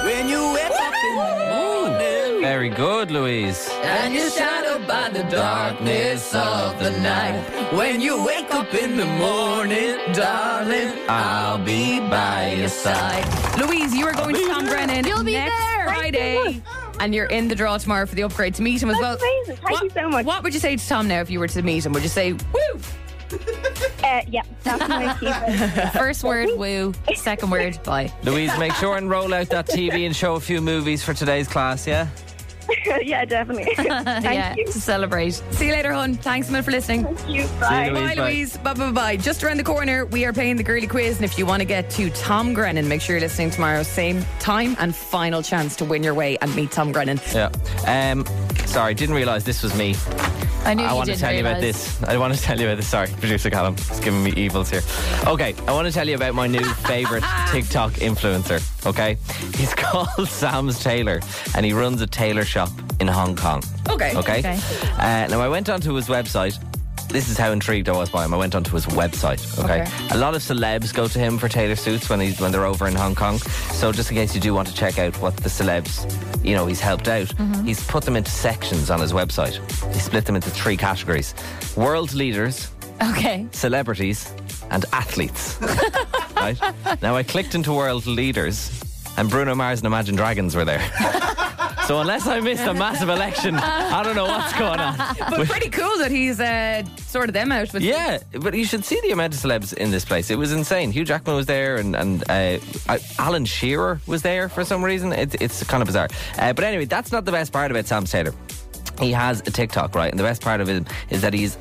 Speaker 1: When you wake up in
Speaker 5: Ooh, very good, Louise.
Speaker 4: And you're shadowed by the
Speaker 5: darkness of the night.
Speaker 4: When you wake up in the morning, darling,
Speaker 5: I'll be by your side.
Speaker 4: Louise, you are going to Tom Grennan
Speaker 3: You'll be
Speaker 4: next
Speaker 3: there.
Speaker 4: Friday. and you're in the draw tomorrow for the upgrade to meet him as well.
Speaker 8: That's amazing. Thank
Speaker 4: What-
Speaker 8: you so much.
Speaker 4: What would you say to Tom now if you were to meet him? Would you say, woo?
Speaker 8: Uh, yeah, that's my
Speaker 10: *laughs*
Speaker 8: keeper.
Speaker 3: First word, woo. Second *laughs* word, bye.
Speaker 5: Louise, make sure and roll out that TV and show a few movies for today's class, yeah?
Speaker 8: yeah, definitely. Thank
Speaker 3: yeah,
Speaker 8: you.
Speaker 3: to celebrate.
Speaker 4: See you later, hon. Thanks a minute for listening.
Speaker 8: Thank you.
Speaker 5: Louise.
Speaker 8: Bye.
Speaker 5: bye.
Speaker 4: Bye, Louise. Bye, bye, bye. Just around the corner, we are playing the girly quiz. And if you want to get to Tom Grennan, make sure you're listening tomorrow, same time and final chance to win your way and meet
Speaker 5: *laughs*
Speaker 4: Tom Grennan.
Speaker 5: Yeah. Um, sorry, didn't realise this was me.
Speaker 3: I knew
Speaker 5: I
Speaker 3: you
Speaker 5: want to
Speaker 3: didn't
Speaker 5: tell you about
Speaker 3: realise.
Speaker 5: this. *laughs* I want to tell you about this. Sorry, producer Callum is giving me evils here. Okay, I want to tell you about my
Speaker 3: *laughs*
Speaker 5: new favorite TikTok influencer. Okay, he's *laughs* called Sam's Taylor, and he runs a tailor shop in Hong Kong.
Speaker 4: Okay.
Speaker 5: Okay.
Speaker 3: Okay.
Speaker 5: Uh, now I went onto his website. This is how intrigued I was by him. I went onto his website. Okay?
Speaker 4: Okay.
Speaker 5: A lot of celebs go to him for tailor suits when he's when they're over in Hong Kong. So just in case you do want to check out what the celebs, you know, he's helped out, he's put them into sections on his website. He split them into three categories: world leaders,
Speaker 3: Okay.
Speaker 5: celebrities, and athletes. right? Now I clicked into world leaders, and Bruno Mars and Imagine Dragons were there. So unless I missed a massive election, I don't know what's going on.
Speaker 4: But pretty cool that he's uh, sorted them out. With
Speaker 5: Yeah, but you should see the amount of celebs in this place. It was insane. Hugh Jackman was there, and and uh, I- Alan Shearer was there for some reason. It, it's kind of bizarre. Uh, but anyway, that's not the best part about Sam Taylor. He has a TikTok, right? And the best part of him is that he's.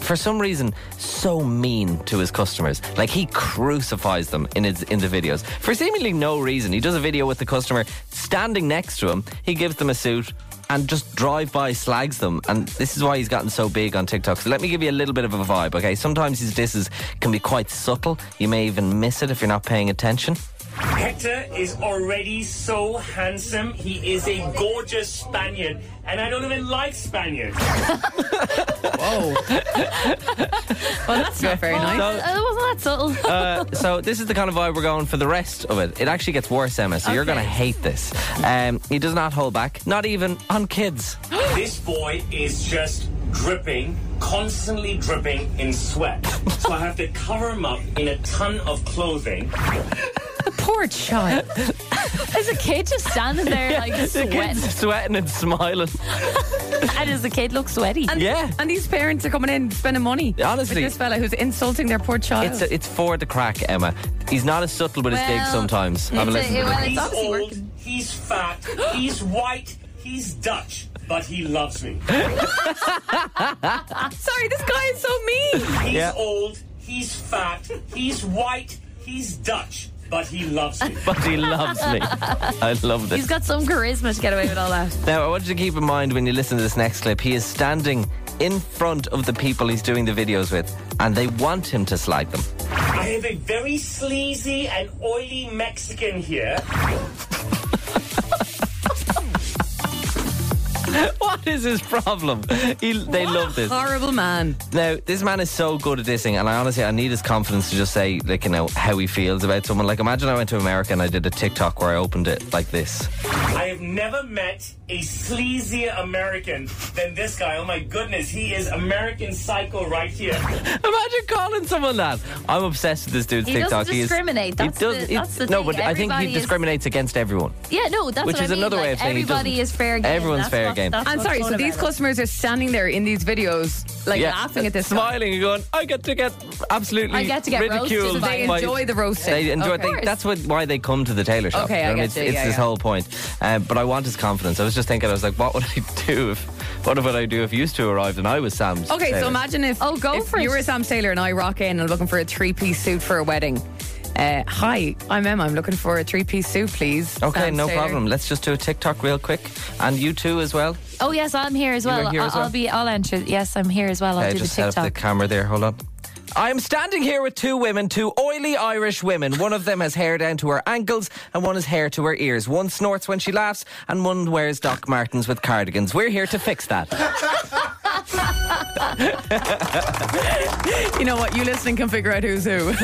Speaker 5: For some reason, so mean to his customers. Like he crucifies them in his in the videos for seemingly no reason. He does a video with the customer standing next to him. He gives them a suit and just drive by slags them. And this is why he's gotten so big on TikTok. So let me give you a little bit of a vibe, okay? Sometimes his disses can be quite subtle. You may even miss it if you're not paying attention.
Speaker 11: Hector is already so handsome. He is a gorgeous Spaniard, and I don't even like Spaniards.
Speaker 4: Well, that's not very nice.
Speaker 5: So,
Speaker 3: Uh, wasn't that subtle?
Speaker 5: *laughs* uh, so this is the kind of vibe we're going for the rest of it. It actually gets worse, Emma. So you're
Speaker 4: Okay.
Speaker 5: going to hate this. Um, he does not hold back, not even on kids.
Speaker 11: This boy is just dripping, constantly dripping in sweat. So I have to cover him up in a ton of clothing.
Speaker 4: Poor child.
Speaker 3: There's a kid just standing there like
Speaker 5: The
Speaker 3: sweating.
Speaker 5: kid's sweating and smiling.
Speaker 3: And does the kid look sweaty?
Speaker 5: Yeah.
Speaker 4: And these parents are coming in spending money.
Speaker 5: Honestly.
Speaker 4: With this fella who's insulting their poor child.
Speaker 5: It's, it's for the crack, Emma. He's not as subtle with his digs
Speaker 3: Well,
Speaker 5: sometimes. Have a
Speaker 3: it's a-
Speaker 5: listen.
Speaker 3: it- well, it's
Speaker 11: He's
Speaker 3: obviously
Speaker 11: old,
Speaker 3: working.
Speaker 11: he's fat, he's white, he's Dutch, but he loves
Speaker 4: *laughs*
Speaker 11: me.
Speaker 4: Sorry, this guy is so mean.
Speaker 11: He's
Speaker 5: Yeah.
Speaker 11: old, he's fat, he's white, he's Dutch, but he loves me.
Speaker 5: But he loves me. I love this.
Speaker 3: He's got some charisma to get away with all that.
Speaker 5: Now, I want you to keep in mind when you listen to this next clip, he is standing in front of the people he's doing the videos with, and they want him to slag them. *laughs*
Speaker 11: I have a very sleazy and oily Mexican here.
Speaker 5: What is his problem? He, they love this.
Speaker 4: Horrible man.
Speaker 5: Now, this man is so good at dissing, and I honestly, I need his confidence to just say, like, you know, how he feels about someone. Like, imagine I went to America and I did a TikTok where I opened it like this.
Speaker 11: I have never met a sleazier American than this guy. Oh my goodness, he is American psycho right here.
Speaker 5: Imagine calling someone that. I'm obsessed with this dude's
Speaker 3: He doesn't
Speaker 5: TikTok. is-
Speaker 3: discriminate. That's the- that's the
Speaker 5: no,
Speaker 3: thing.
Speaker 5: but I think
Speaker 3: Everybody
Speaker 5: he
Speaker 3: is-
Speaker 5: discriminates against everyone.
Speaker 3: Yeah, no, that's
Speaker 5: Which
Speaker 3: what
Speaker 5: is
Speaker 3: I mean.
Speaker 5: another way
Speaker 3: like,
Speaker 5: of saying he
Speaker 3: everybody
Speaker 5: doesn't-
Speaker 3: is fair game.
Speaker 5: Everyone's
Speaker 3: That's
Speaker 5: fair
Speaker 3: what-
Speaker 5: game.
Speaker 3: that's
Speaker 4: I'm
Speaker 3: what's
Speaker 4: sorry,
Speaker 3: fun
Speaker 4: so these
Speaker 3: about it.
Speaker 4: customers are standing there in these videos, like laughing at this guy.
Speaker 5: smiling and going, I get to get absolutely
Speaker 3: I get to get
Speaker 5: ridiculed.
Speaker 3: roasted. So
Speaker 4: They
Speaker 5: by-
Speaker 4: enjoy the roasting.
Speaker 5: They enjoy.
Speaker 4: Okay.
Speaker 5: they- that's what why they come to the tailor shop.
Speaker 4: Okay, I
Speaker 5: mean?
Speaker 4: get
Speaker 5: it's
Speaker 4: you.
Speaker 5: it's
Speaker 4: Yeah,
Speaker 5: this
Speaker 4: yeah.
Speaker 5: whole point. Um, but I want his confidence. I was just thinking, I was like, what would I *laughs* do if what would I do if used to arrived and I was Sam's?
Speaker 4: Okay,
Speaker 5: tailor?
Speaker 4: so imagine if
Speaker 3: Oh, go
Speaker 4: if
Speaker 3: for it.
Speaker 4: you were Sam Taylor and I rock in and I'm looking for a three piece suit for a wedding. Uh, hi, I'm Emma. I'm looking for a three piece suit, please.
Speaker 5: Okay,
Speaker 4: Sam
Speaker 5: no
Speaker 4: Taylor.
Speaker 5: problem. Let's just do a TikTok real quick, and you too as well.
Speaker 3: Oh yes, I'm here as
Speaker 5: You are
Speaker 3: well.
Speaker 5: here
Speaker 3: I'll,
Speaker 5: as well?
Speaker 3: I'll be. I'll enter. Yes, I'm here as well. I'll
Speaker 5: Okay,
Speaker 3: do the
Speaker 5: just set up the
Speaker 3: TikTok.
Speaker 5: camera there. Hold on. I'm standing here with two women, two oily Irish women. One of them has hair down to her ankles and one has hair to her ears. One snorts when she laughs and one wears Doc Martens with cardigans. We're here to fix that.
Speaker 4: You know what? You listening can figure out who's who.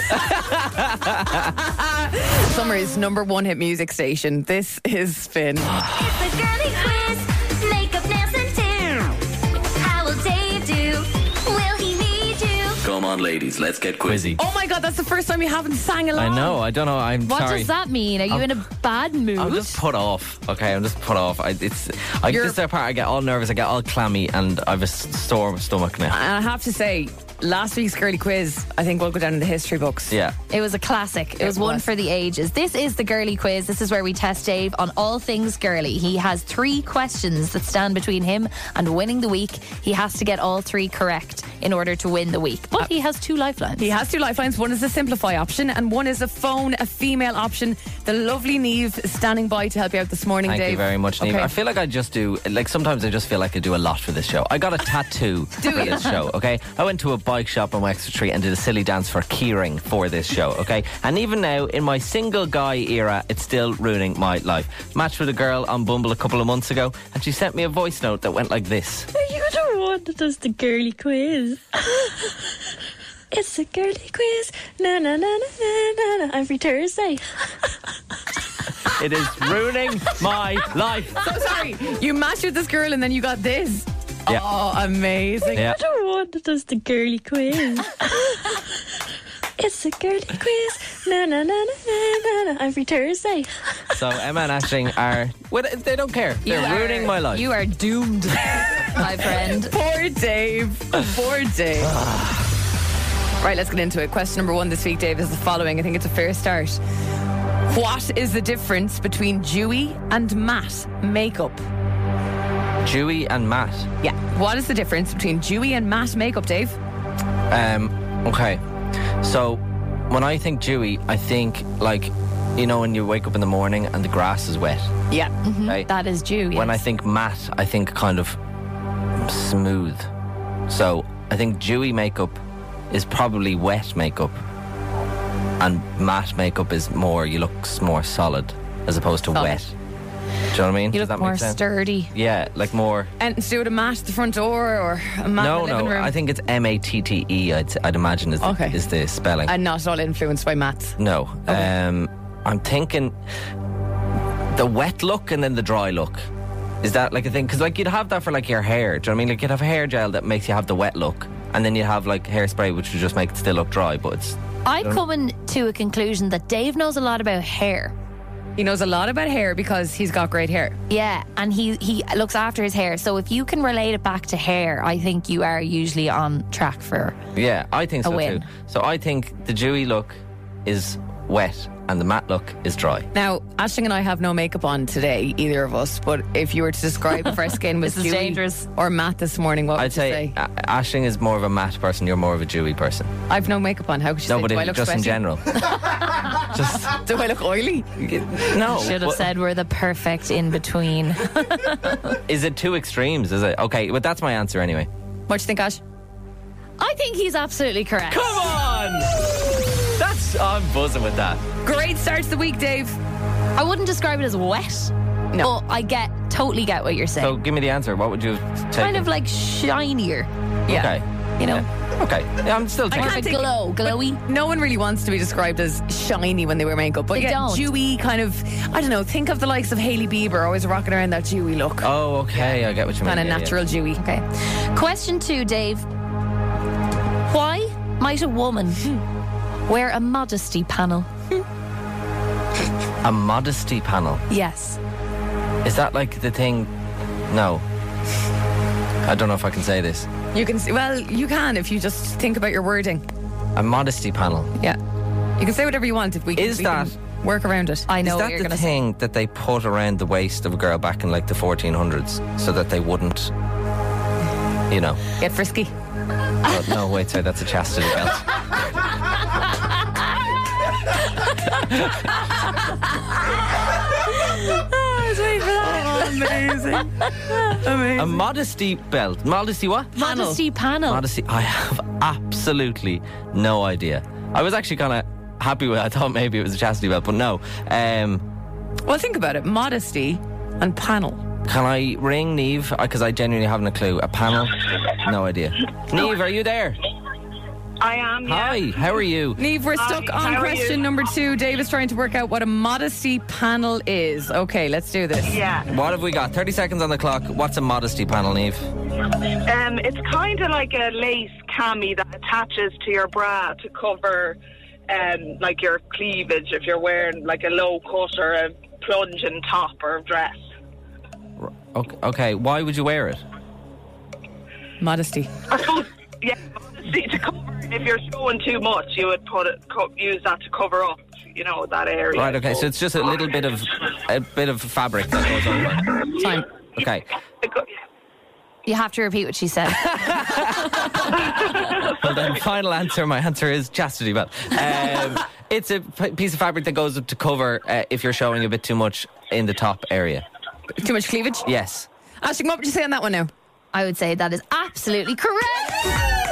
Speaker 4: *laughs* Summer's number one hit music station. This is Finn.
Speaker 12: The girly quiz, makeup, nails, and do. How will Dave do? Will he need you?
Speaker 1: Come on, ladies, let's get quizzy.
Speaker 4: Oh my god, that's the first time you haven't sang along.
Speaker 5: I know. I don't know. I'm
Speaker 3: What
Speaker 5: sorry.
Speaker 3: does that mean? Are you
Speaker 5: I'm-
Speaker 3: in a bad mood?
Speaker 5: I'm just put off. Okay, I'm just put off. I, it's I,
Speaker 4: You're-
Speaker 5: this is the part I get all nervous. I get all clammy, and I have a s- sore stomach now.
Speaker 4: And I have to say, last week's girly quiz, I think will go down in the history books.
Speaker 5: Yeah.
Speaker 3: It was a classic. It, was, one for the ages. This is the girly quiz. This is where we test Dave on all things girly. He has three questions that stand between him and winning the week. He has to get all three correct in order to win the week. But he has two lifelines.
Speaker 4: He has two lifelines. One is the simplify option, and one is a phone, a female option. The lovely Neve is standing by to help you out this morning,
Speaker 5: Thank
Speaker 4: Dave.
Speaker 5: you very much, Neve.
Speaker 4: Okay.
Speaker 5: I
Speaker 4: *laughs*
Speaker 5: feel like I just do, like, sometimes I just feel like I do a lot for this show. I got a
Speaker 4: *laughs*
Speaker 5: tattoo for
Speaker 4: you?
Speaker 5: this show, okay? I went to a bike shop in Wexford and did a silly dance for keyring for this show, okay? And even now, in my single guy era, it's still ruining my life. Matched with a girl on Bumble a couple of months ago, and she sent me a voice note that went like this.
Speaker 12: You the one that does the girly quiz. it's a girly quiz. Na na na na na na na. Every Thursday.
Speaker 5: It is ruining my life.
Speaker 4: So sorry, you matched with this girl, and then you got this.
Speaker 5: Yeah.
Speaker 4: Oh, amazing.
Speaker 5: Yeah.
Speaker 12: You're the one that does the girly
Speaker 5: *laughs*
Speaker 12: quiz. it's a girly quiz. Na na na na na na na. Every Thursday.
Speaker 5: So Emma and Ashling are, well, they don't care. They're
Speaker 3: You are-
Speaker 5: ruining my life.
Speaker 3: You are *laughs* doomed, my friend.
Speaker 4: Poor Dave. Poor
Speaker 3: *sighs*
Speaker 4: Dave. right, let's get into it. Question number one this week, Dave, is the following. I think it's a fair start. What is the difference between dewy and matte makeup?
Speaker 5: Dewey and Matt.
Speaker 4: Yeah. What is the difference between dewy and matte makeup, Dave?
Speaker 5: Um, okay. So when I think dewy, I think like you know when you wake up in the morning and the grass is wet.
Speaker 4: Yeah.
Speaker 5: right?
Speaker 3: That is due.
Speaker 5: When I
Speaker 3: yes.
Speaker 5: think matte, I think kind of smooth. So I think dewy makeup is probably wet makeup, and matte makeup is more you look s- more solid as opposed to
Speaker 4: Solid.
Speaker 5: wet. Do you know what I mean? Does
Speaker 3: you look
Speaker 5: that
Speaker 3: more
Speaker 5: make sense?
Speaker 3: sturdy.
Speaker 5: Yeah, like more.
Speaker 4: And to do with a matte at the front door or a matte
Speaker 5: No,
Speaker 4: in the living
Speaker 5: no.
Speaker 4: room?
Speaker 5: I think it's M A T T E. I'd I'd imagine is
Speaker 4: Okay.
Speaker 5: the, is the spelling.
Speaker 4: and Uh, not at all influenced by matte.
Speaker 5: No. Um, I'm thinking the wet look and then the dry look. Is that like a thing? Because like you'd have that for like your hair. Do you know what I mean? Like you'd have hair gel that makes you have the wet look, and then you'd have like hairspray which would just make it still look dry. But it's
Speaker 3: I'm coming to a conclusion that Dave knows a lot about hair.
Speaker 4: He knows a lot about hair because he's got great hair.
Speaker 3: Yeah, and he he looks after his hair. So if you can relate it back to hair, I think you are usually on track for.
Speaker 5: yeah, I think
Speaker 3: A
Speaker 5: so
Speaker 3: win.
Speaker 5: too. So I think the dewy look is wet and the matte look is dry.
Speaker 4: Now, Ashling and I have no makeup on today, either of us. But if you were to
Speaker 5: *laughs*
Speaker 4: describe if our skin was
Speaker 3: This is
Speaker 4: dewy
Speaker 3: dangerous.
Speaker 4: or matte this morning, what
Speaker 5: I'd
Speaker 4: would you
Speaker 5: say,
Speaker 4: say?
Speaker 5: A Ashing is more of a matte person. You're more of a dewy person.
Speaker 4: I've no makeup on. How could you
Speaker 5: No,
Speaker 4: say?
Speaker 5: but
Speaker 4: Do
Speaker 5: if-
Speaker 4: I look
Speaker 5: just in
Speaker 4: sweaty? *laughs*
Speaker 5: general. just *laughs*
Speaker 4: Do I look oily?
Speaker 5: no.
Speaker 3: Should have
Speaker 5: but-
Speaker 3: said we're the perfect in between.
Speaker 5: Is it two extremes? Is it okay? But that's my answer anyway.
Speaker 4: What do you think, Ash?
Speaker 3: I think he's absolutely correct.
Speaker 5: Come on! That's I'm buzzing with that.
Speaker 4: Great start to the week, Dave.
Speaker 3: I wouldn't describe it as wet.
Speaker 4: No.
Speaker 3: But I get totally get what you're saying.
Speaker 5: So give me the answer. What would you take?
Speaker 3: kind of like shinier,
Speaker 5: Okay.
Speaker 3: you know,
Speaker 5: Okay. Yeah, I'm still
Speaker 3: more
Speaker 5: taking.
Speaker 3: of a
Speaker 4: think-
Speaker 3: glow, glowy.
Speaker 4: No one really wants to be described as shiny when they wear makeup, but
Speaker 3: They
Speaker 4: yeah,
Speaker 3: don't.
Speaker 4: dewy kind of. I don't know. Think of the likes of Hailey Bieber always rocking around that dewy look,
Speaker 5: Oh, okay. I get what you mean.
Speaker 4: kind of
Speaker 5: Yeah, yeah.
Speaker 4: natural dewy.
Speaker 3: Okay. Question two, Dave. Why might a woman wear a modesty panel?
Speaker 5: A modesty panel.
Speaker 3: Yes.
Speaker 5: Is that like the thing? No. I don't know if I can say this.
Speaker 4: You can see, well, you can if you just think about your wording.
Speaker 5: A modesty panel.
Speaker 4: Yeah, you can say whatever you want if we can,
Speaker 5: Is
Speaker 4: we can work around it.
Speaker 3: I
Speaker 5: Is
Speaker 3: know what
Speaker 5: that
Speaker 3: you're
Speaker 5: the
Speaker 3: going to say.
Speaker 5: thing that they put around the waist of a girl back in like the 1400s so that they wouldn't, you know?
Speaker 4: Get frisky.
Speaker 5: Oh, no, wait, sorry, that's a chastity belt.
Speaker 4: Oh,
Speaker 5: Oh,
Speaker 4: *laughs* Amazing.
Speaker 5: A modesty belt. Modesty what?
Speaker 3: Modesty panel.
Speaker 5: Modesty. I have absolutely no idea. I was actually kind of happy with. I thought maybe it was a chastity belt, but no. Um,
Speaker 4: Well, think about it. Modesty and panel.
Speaker 5: can I ring Neve? Because I genuinely haven't a clue. A panel. No idea. Neve, are you there?
Speaker 13: I am.
Speaker 5: Hi, how are you?
Speaker 4: Neve, we're stuck on question number two. Dave is trying to work out what a modesty panel is. Okay, let's do this.
Speaker 5: What have we got? 30 seconds on the clock. What's a modesty panel, Neve?
Speaker 13: Um, it's kind of like a lace cami that attaches to your bra to cover, um, like your cleavage if you're wearing like a low cut or a plunging top or dress. *laughs*
Speaker 5: Okay, okay, why would you wear it?
Speaker 4: Modesty.
Speaker 13: I suppose, yeah, see, to cover. If you're showing too much, you would put it, co- use that to cover up, you know, that area.
Speaker 5: Right, okay, so it's just a little
Speaker 13: *laughs*
Speaker 5: bit of a bit of fabric that goes over. Time. Okay.
Speaker 3: You have to repeat what she said.
Speaker 5: Well then, final answer. My answer is chastity belt. Um, it's a p- piece of fabric that goes up to cover uh, if you're showing a bit too much in the top area.
Speaker 4: Too much cleavage?
Speaker 5: Yes.
Speaker 4: Ashton, what would you say on that one now?
Speaker 3: I would say that is absolutely correct.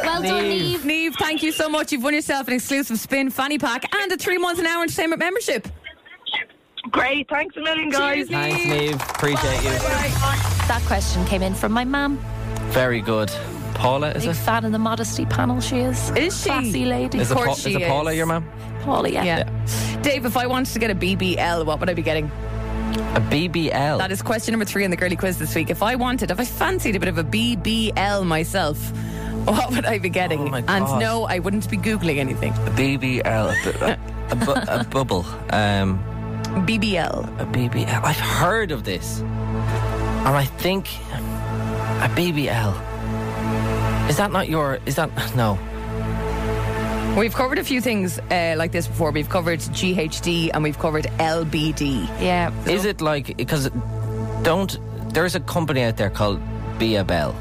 Speaker 3: Well done, Neve.
Speaker 4: Neve, thank you so much. You've won yourself an exclusive spin fanny pack and a three months an hour entertainment membership.
Speaker 13: Great. Thanks a million,
Speaker 4: guys.
Speaker 5: Thanks, Neve. Appreciate you.
Speaker 3: That question came in from my mum.
Speaker 5: Very good. Paula, is
Speaker 3: Big
Speaker 5: it?
Speaker 3: fan of the modesty panel she is.
Speaker 4: Is she?
Speaker 3: Classy lady.
Speaker 5: Is it, Pa- is it Paula, your mum?
Speaker 3: Paula, yeah.
Speaker 4: Dave, if I wanted to get a BBL, what would I be getting?
Speaker 5: A BBL.
Speaker 4: That is question number three in the girly quiz this week. If I wanted, if I fancied a bit of a BBL myself, *laughs* what would I be getting?
Speaker 5: my
Speaker 4: and
Speaker 5: God.
Speaker 4: no, I wouldn't be Googling anything.
Speaker 5: A BBL. A, bu- a, bu- a bubble. Um,
Speaker 4: BBL.
Speaker 5: a BBL. I've heard of this. And I think a BBL. Is that not your. Is that. No.
Speaker 4: We've covered a few things uh, like this before. We've covered GHD and we've covered LBD.
Speaker 3: Yeah.
Speaker 5: Is it like. Because don't. There's a company out there called BBL.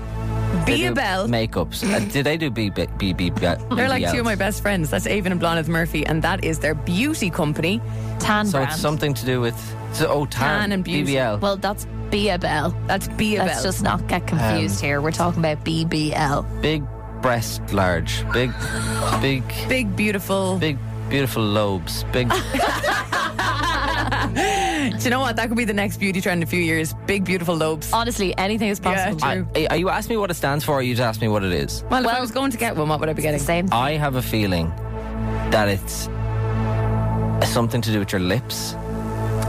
Speaker 5: They do
Speaker 4: BBL.
Speaker 5: Makeups.
Speaker 4: *laughs*
Speaker 5: Uh, do they do BB, BBL?
Speaker 4: They're like two of my best friends. That's Avon and Blonith Murphy, and that is their beauty company.
Speaker 3: Tan
Speaker 5: So
Speaker 3: brand.
Speaker 5: it's something to do with. So, oh, tan.
Speaker 4: Tan and beauty.
Speaker 5: BBL.
Speaker 3: well, that's BBL.
Speaker 4: That's BBL.
Speaker 3: Let's just not get confused here. We're talking about BBL.
Speaker 5: big breast, large.
Speaker 4: *gasps*
Speaker 5: Big. Big.
Speaker 4: Big, beautiful.
Speaker 5: Big, beautiful lobes.
Speaker 4: *laughs*
Speaker 5: Big.
Speaker 4: Do you know what? That could be the next beauty trend in a few years. Big, beautiful lobes.
Speaker 3: Honestly, anything is possible.
Speaker 4: Yeah,
Speaker 5: I, are you asking me what it stands for, or you just ask me what it is?
Speaker 4: Well, if I was going to get one, what would I be getting?
Speaker 3: Same.
Speaker 5: I have a feeling that it's something to do with your lips.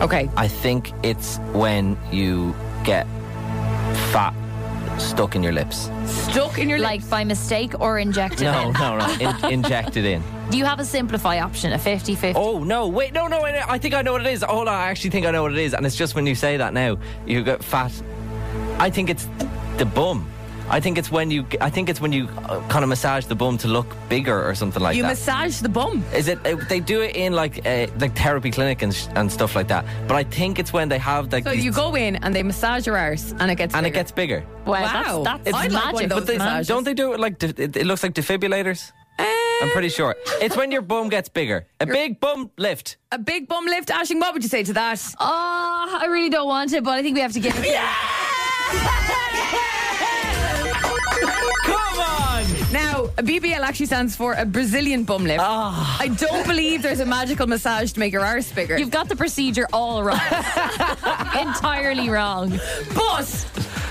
Speaker 4: Okay.
Speaker 5: I think it's when you get fat stuck in your lips.
Speaker 4: Stuck in your like.
Speaker 3: Like by mistake or injected
Speaker 5: No, *laughs*
Speaker 3: in.
Speaker 5: no, no. In, injected in.
Speaker 3: Do you have a simplify option, a 50 50?
Speaker 5: Oh no! Wait, no, no. I I think I know what it is. Hold on, I actually think I know what it is. And it's just when you say that now, you get fat. I think it's the bum. I think it's when you. I think it's when you uh, kind of massage the bum to look bigger or something like
Speaker 4: You
Speaker 5: that.
Speaker 4: massage the bum.
Speaker 5: Is it uh, they do it in like uh, like therapy clinic and, sh- and stuff like that? But I think it's when they have like
Speaker 4: So
Speaker 5: these-
Speaker 4: you go in and they massage your arse and it gets
Speaker 5: and it
Speaker 4: bigger.
Speaker 5: gets bigger.
Speaker 4: Wow.
Speaker 3: Wow, that's, that's
Speaker 4: I'd like one
Speaker 3: magic.
Speaker 4: of those
Speaker 5: But they,
Speaker 4: massages.
Speaker 5: don't they do it like de- it, it looks like defibrillators? I'm
Speaker 4: Eh.
Speaker 5: pretty sure it's when your bum gets bigger. A big bum lift.
Speaker 4: a big bum lift. Ashing, what would you say to that?
Speaker 3: Oh, I really don't want it, but I think we have to give it.
Speaker 5: Come on!
Speaker 4: Now, a BBL actually stands for a Brazilian bum lift.
Speaker 5: Ah.
Speaker 4: I don't believe there's a magical massage to make your arse
Speaker 5: *laughs*
Speaker 4: bigger.
Speaker 3: You've got the procedure all wrong. Entirely wrong.
Speaker 4: but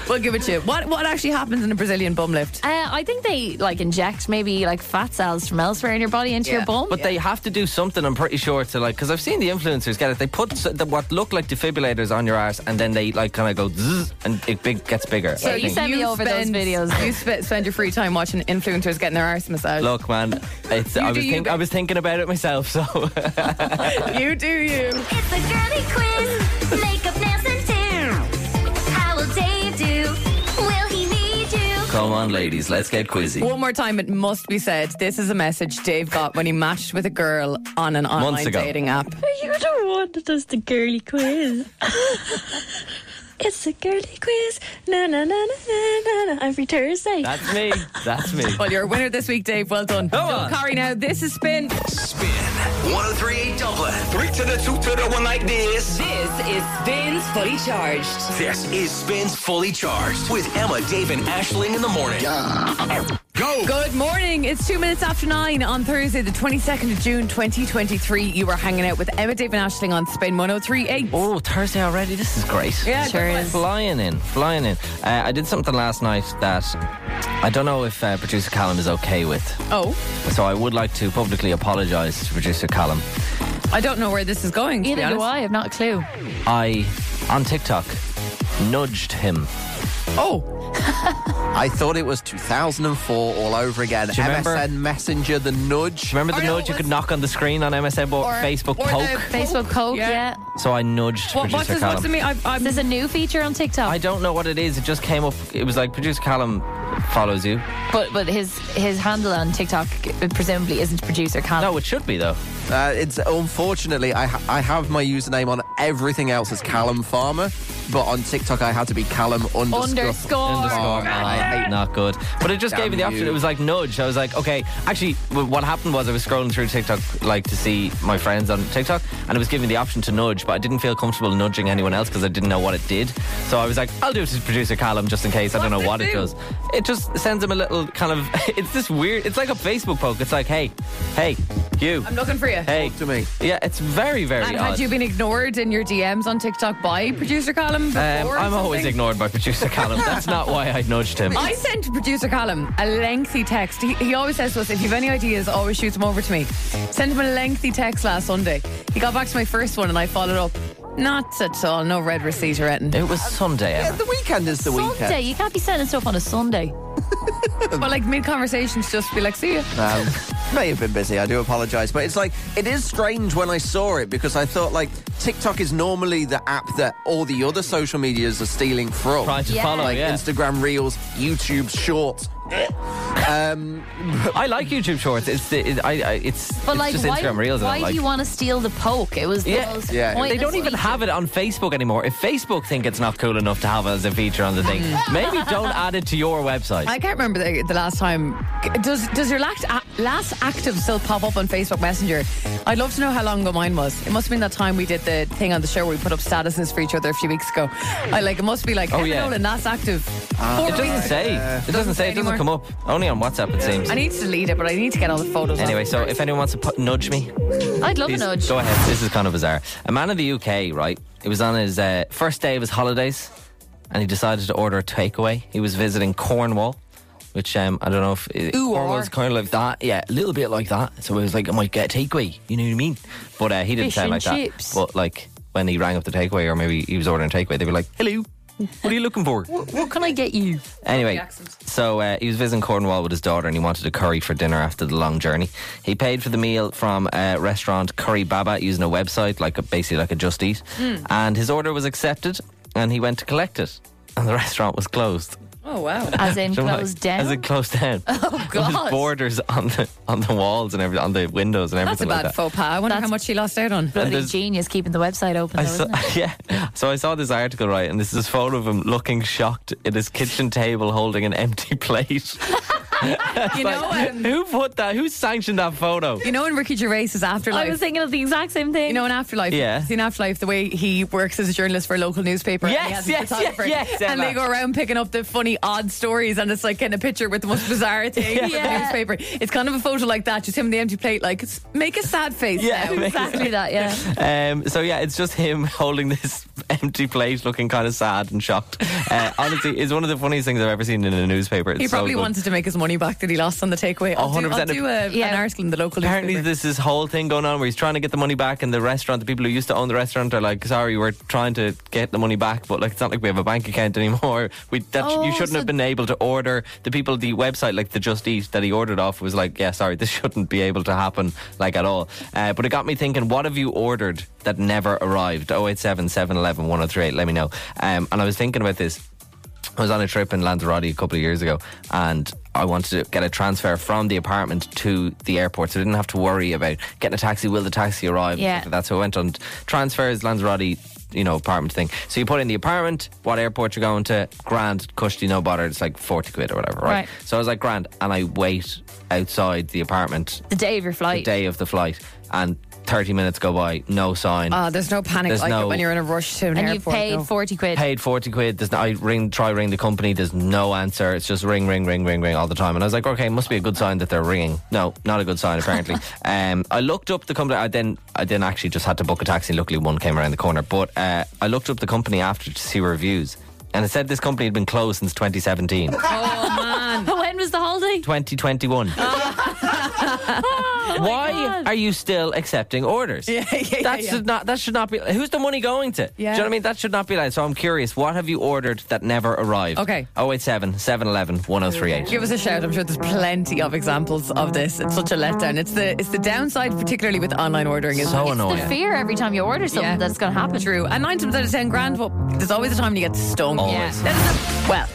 Speaker 4: we'll give it to you. What what actually happens in a Brazilian bum lift?
Speaker 3: Uh, I think they like inject maybe like fat cells from elsewhere in your body into
Speaker 4: Yeah.
Speaker 3: your bum.
Speaker 5: But they have to do something. I'm pretty sure to like because I've seen the influencers get it. They put s- the, what look like defibrillators on your ass and then they like kind of go zzz, and it big gets bigger.
Speaker 3: So
Speaker 5: I
Speaker 3: you
Speaker 5: think.
Speaker 3: send me over those videos.
Speaker 4: *laughs* You sp- spend your free time watching influencers getting their arse massaged.
Speaker 5: Look, man, it's, I
Speaker 4: You do
Speaker 5: was
Speaker 4: you,
Speaker 5: think,
Speaker 4: babe.
Speaker 5: I was thinking about it myself. So.
Speaker 4: You do you.
Speaker 10: It's a girly quiz. Makeup, nails, and do. How will Dave do? Will he need you?
Speaker 5: Come on, ladies, let's get quizzy.
Speaker 4: One more time, it must be said. This is a message Dave got when he matched with a girl on an online
Speaker 5: ago.
Speaker 4: dating app.
Speaker 12: You're the one that does the girly quiz. *laughs* it's a girly quiz. Na na na na na na na. Every Thursday.
Speaker 5: That's me. That's me.
Speaker 4: Well, you're a winner this week, Dave. Well done.
Speaker 5: Come
Speaker 4: So,
Speaker 5: on.
Speaker 4: Corrie, now this is spin.
Speaker 1: Spin 1038 Dublin. Three to the two to the one like this.
Speaker 2: This is Spins Fully Charged.
Speaker 1: This is Spins Fully Charged with Emma, Dave, and Ashling in the morning. Go!
Speaker 5: go.
Speaker 4: Good morning. It's two minutes after nine on Thursday, the 22nd of June, 2023. You were hanging out with Emma, Dave, and Ashling on Spin 1038.
Speaker 5: Oh, Thursday already. This is great.
Speaker 4: Yeah, it sure is.
Speaker 5: Flying in, flying in. Uh, I did something last night that I don't know if uh, producer Callum is okay with.
Speaker 4: Oh.
Speaker 5: So I would like to publicly apologise to producer Callum.
Speaker 4: I don't know where this is going. To
Speaker 3: Neither
Speaker 4: be
Speaker 3: do
Speaker 4: honest.
Speaker 3: I. I've not a clue.
Speaker 5: I, on TikTok, nudged him.
Speaker 4: Oh.
Speaker 6: I thought it was 2004 all over again.
Speaker 5: Do you
Speaker 6: MSN
Speaker 5: remember-
Speaker 6: Messenger, the nudge.
Speaker 5: Remember the nudge you could knock on the screen on MSN or, Facebook poke?
Speaker 3: Facebook Coke, yeah.
Speaker 5: so I nudged producer Callum.
Speaker 3: Is this a new feature on TikTok?
Speaker 5: I don't know what it is. It just came up. It was like producer Callum follows you.
Speaker 3: But but his his handle on TikTok presumably isn't producer Callum.
Speaker 5: No, it should be though.
Speaker 6: Uh, it's unfortunately I ha- I have my username on everything else as Callum Farmer, but on TikTok I had to be Callum underscore.
Speaker 3: Underscore.
Speaker 5: Underscore.
Speaker 6: Farmer. I hate
Speaker 5: Not good. But it just
Speaker 6: Damn
Speaker 5: gave me the option.
Speaker 6: you.
Speaker 5: It was like nudge. I was like, okay. Actually, w- what happened was I was scrolling through TikTok, like to see my friends on TikTok, and it was giving me the option to nudge, but I didn't feel comfortable nudging anyone else because I didn't know what it did. So I was like, I'll do it to producer Callum just in case. I don't know what it does. It just sends him a little kind of. *laughs* It's this weird. It's like a Facebook poke. It's like, hey, hey, you.
Speaker 4: I'm looking for you.
Speaker 5: Hey,
Speaker 6: to me.
Speaker 5: Yeah, it's very, very
Speaker 4: And
Speaker 5: odd.
Speaker 4: had you been ignored in your DMs on TikTok by producer Callum before?
Speaker 5: Um,
Speaker 4: or
Speaker 5: I'm always
Speaker 4: something?
Speaker 5: ignored by producer Callum. That's not why I nudged him.
Speaker 4: *laughs* I sent producer Callum a lengthy text. He, he always says to us, if you've any ideas, always shoot them over to me. Sent him a lengthy text last Sunday. He got back to my first one and I followed up. Not at all. No red receipt or anything.
Speaker 5: It was Sunday.
Speaker 6: Yeah, the weekend is the
Speaker 3: Sunday. You can't be sending stuff on a Sunday.
Speaker 4: but like mid conversations, just be like, see you.
Speaker 6: Um, may have been busy. I do apologise, but it's like it is strange when I saw it because I thought like TikTok is normally the app that all the other social medias are stealing from.
Speaker 5: Trying to Yeah. follow,
Speaker 6: like
Speaker 5: yeah.
Speaker 6: Instagram Reels, YouTube Shorts. um,
Speaker 5: I like YouTube Shorts. It's the, it, I, I, it's,
Speaker 3: But
Speaker 5: it's
Speaker 3: like,
Speaker 5: just
Speaker 3: why,
Speaker 5: Instagram Reels.
Speaker 3: why
Speaker 5: I like.
Speaker 3: do you want to steal the poke? It was the
Speaker 5: yeah,
Speaker 3: most
Speaker 5: yeah. They
Speaker 3: pointless
Speaker 5: don't even have it on Facebook anymore. If Facebook think it's not cool enough to have as a feature on the thing,
Speaker 3: Hmm.
Speaker 5: maybe don't add it to
Speaker 3: *laughs*
Speaker 5: your website.
Speaker 4: I can't remember the, the last time. Does does your last, last active still pop up on Facebook Messenger? I'd love to know how long ago mine was. It must have been that time we did the thing on the show where we put up statuses for each other a few weeks ago. I like it must be like
Speaker 5: Oh,
Speaker 4: oh
Speaker 5: yeah. Ah.
Speaker 4: yeah, and last active.
Speaker 5: it doesn't say. it doesn't say. It doesn't
Speaker 4: anymore.
Speaker 5: come up. Only on WhatsApp it seems.
Speaker 4: I need to delete it, but I need to get all the photos.
Speaker 5: Anyway, so if anyone wants to put, nudge me,
Speaker 3: I'd love
Speaker 5: Please,
Speaker 3: a nudge.
Speaker 5: Go ahead. This is kind of bizarre. A man in the UK, right? It was on his uh, first day of his holidays, and he decided to order a takeaway. He was visiting Cornwall, which um, I don't know if it,
Speaker 4: Ooh,
Speaker 5: Cornwall's
Speaker 4: or.
Speaker 5: kind of like that. Yeah, a little bit like that. So it was like, I might get a takeaway. You know what I mean? But uh, he didn't
Speaker 3: Fish
Speaker 5: sound
Speaker 3: and
Speaker 5: like
Speaker 3: chips.
Speaker 5: that. But like when he rang up the takeaway, or maybe he was ordering a takeaway, they were like, "Hello, what are you looking for?"
Speaker 3: What, what can I get you?
Speaker 5: Anyway, so uh, he was visiting Cornwall with his daughter and he wanted a curry for dinner after the long journey. He paid for the meal from a restaurant Curry Baba using a website, like a, basically like a Just Eat.
Speaker 3: Hmm.
Speaker 5: And his order was accepted and he went to collect it. And the *laughs* restaurant was closed.
Speaker 4: Oh wow!
Speaker 3: As in
Speaker 5: So, like,
Speaker 3: closed down.
Speaker 5: As it closed down.
Speaker 3: *laughs* oh
Speaker 5: There was
Speaker 3: God.
Speaker 5: borders on the on the walls and every, on the windows and
Speaker 4: That's a
Speaker 5: everything
Speaker 4: bad
Speaker 5: like that.
Speaker 4: faux pas. I wonder how much she lost out on.
Speaker 5: And
Speaker 3: Bloody
Speaker 5: there's-
Speaker 3: genius keeping the website open. Though,
Speaker 5: I *laughs*
Speaker 3: isn't
Speaker 5: saw,
Speaker 3: it?
Speaker 5: yeah, so I saw this article right, and this is a photo of him looking shocked at his kitchen table holding an empty *laughs* plate.
Speaker 4: You know, um,
Speaker 5: Who put that? Who sanctioned that
Speaker 4: *laughs*
Speaker 5: photo?
Speaker 4: you know, in Ricky Gervais's afterlife.
Speaker 3: I was thinking of the exact same thing.
Speaker 4: You know, in Afterlife,
Speaker 5: Yeah.
Speaker 4: in Afterlife, the way he works as a journalist for a local newspaper. and he
Speaker 5: Yes,
Speaker 4: has a
Speaker 5: yes, yes,
Speaker 4: photographer,
Speaker 5: yes,
Speaker 4: And they
Speaker 5: Emma.
Speaker 4: go around picking up the funny, odd stories, and it's like getting a picture with the most
Speaker 5: *laughs*
Speaker 4: bizarre thing in the
Speaker 3: Yeah.
Speaker 4: newspaper. It's kind of a photo like that, just him with the empty plate, like, s- make a sad face.
Speaker 5: Yeah,
Speaker 4: now.
Speaker 5: make a
Speaker 3: *laughs* exactly that.
Speaker 5: *laughs*
Speaker 3: Yeah.
Speaker 5: Um, so yeah, it's just him *laughs* holding this empty plate, looking kind of sad and shocked. Uh, honestly, it's one of the funniest things I've ever seen in a newspaper. It's
Speaker 4: He probably
Speaker 5: so good.
Speaker 4: wanted to make his money back that he lost on the takeaway. I'll do,
Speaker 5: 100%.
Speaker 4: I'll do a, an article in the local
Speaker 5: Apparently,
Speaker 4: newspaper.
Speaker 5: there's this whole thing going on where he's trying to get the money back, and the restaurant, the people who used to own the restaurant, are like, "Sorry, we're trying to get the money back, but like, it's not like we have a bank account anymore. *laughs* We that you
Speaker 3: Oh,
Speaker 5: shouldn't
Speaker 3: so-
Speaker 5: have been able to order." The people, the website, like the Just Eat that he ordered off, was like, "Yeah, sorry, this *laughs* shouldn't be able to happen, like at all." Uh, but it got me thinking, what have you ordered that never arrived? 087 711 1038, Let me know. Um, and I was thinking about this. I was on a trip in Lanzarote a couple of years ago and I wanted to get a transfer from the apartment to the airport. So I didn't have to worry about getting a taxi. Will the taxi arrive?
Speaker 3: Yeah.
Speaker 5: That's how I went on transfers, Lanzarote, you know, apartment thing. So you put in the apartment, what airport you're going to, grand, cushy, no bother. It's like 40 quid or whatever, right?
Speaker 3: Right.
Speaker 5: So I was like, grand. And I wait outside the apartment
Speaker 3: The day of your
Speaker 5: the
Speaker 3: flight.
Speaker 5: day of the flight and 30 minutes go by, no sign.
Speaker 4: Oh, there's no panic
Speaker 5: There's
Speaker 4: like
Speaker 5: no-
Speaker 4: it when you're in a rush to an
Speaker 3: And you've
Speaker 4: airport.
Speaker 3: paid
Speaker 4: no.
Speaker 3: 40 quid.
Speaker 5: Paid 40 quid. There's no, I ring, try ring the company. There's no answer. It's just ring, ring, ring, ring, ring all the time. And I was like, okay, must be a good sign that they're ringing. No, not a good sign, apparently. um, I looked up the company. I then, I then actually just had to book a taxi. Luckily, one came around the corner. But uh, I looked up the company after to see reviews. And it said this company had been closed since 2017.
Speaker 4: Oh,
Speaker 3: *laughs*
Speaker 4: man.
Speaker 3: when was the holiday?
Speaker 4: *laughs*
Speaker 5: 2021. Why are you still accepting orders?
Speaker 4: Oh *laughs* Yeah, yeah, yeah,
Speaker 5: that
Speaker 4: yeah.
Speaker 5: should not. That should not be. Who's the money going to?
Speaker 4: Yeah.
Speaker 5: Do you know what I mean? That should not be like. So I'm curious. What have you ordered that never arrived?
Speaker 4: Okay.
Speaker 5: 087 711 1038.
Speaker 4: *laughs* Give us a shout. I'm sure there's plenty of examples of this. It's such a letdown. It's the it's the downside, particularly with online ordering. Isn't
Speaker 5: So
Speaker 4: it?
Speaker 5: annoying.
Speaker 3: The fear every time you order something
Speaker 4: Yeah.
Speaker 3: that's going to happen.
Speaker 4: True. And nine times out of ten, grand. Well, there's always a time when you get stung.
Speaker 5: Always.
Speaker 4: That is a- well.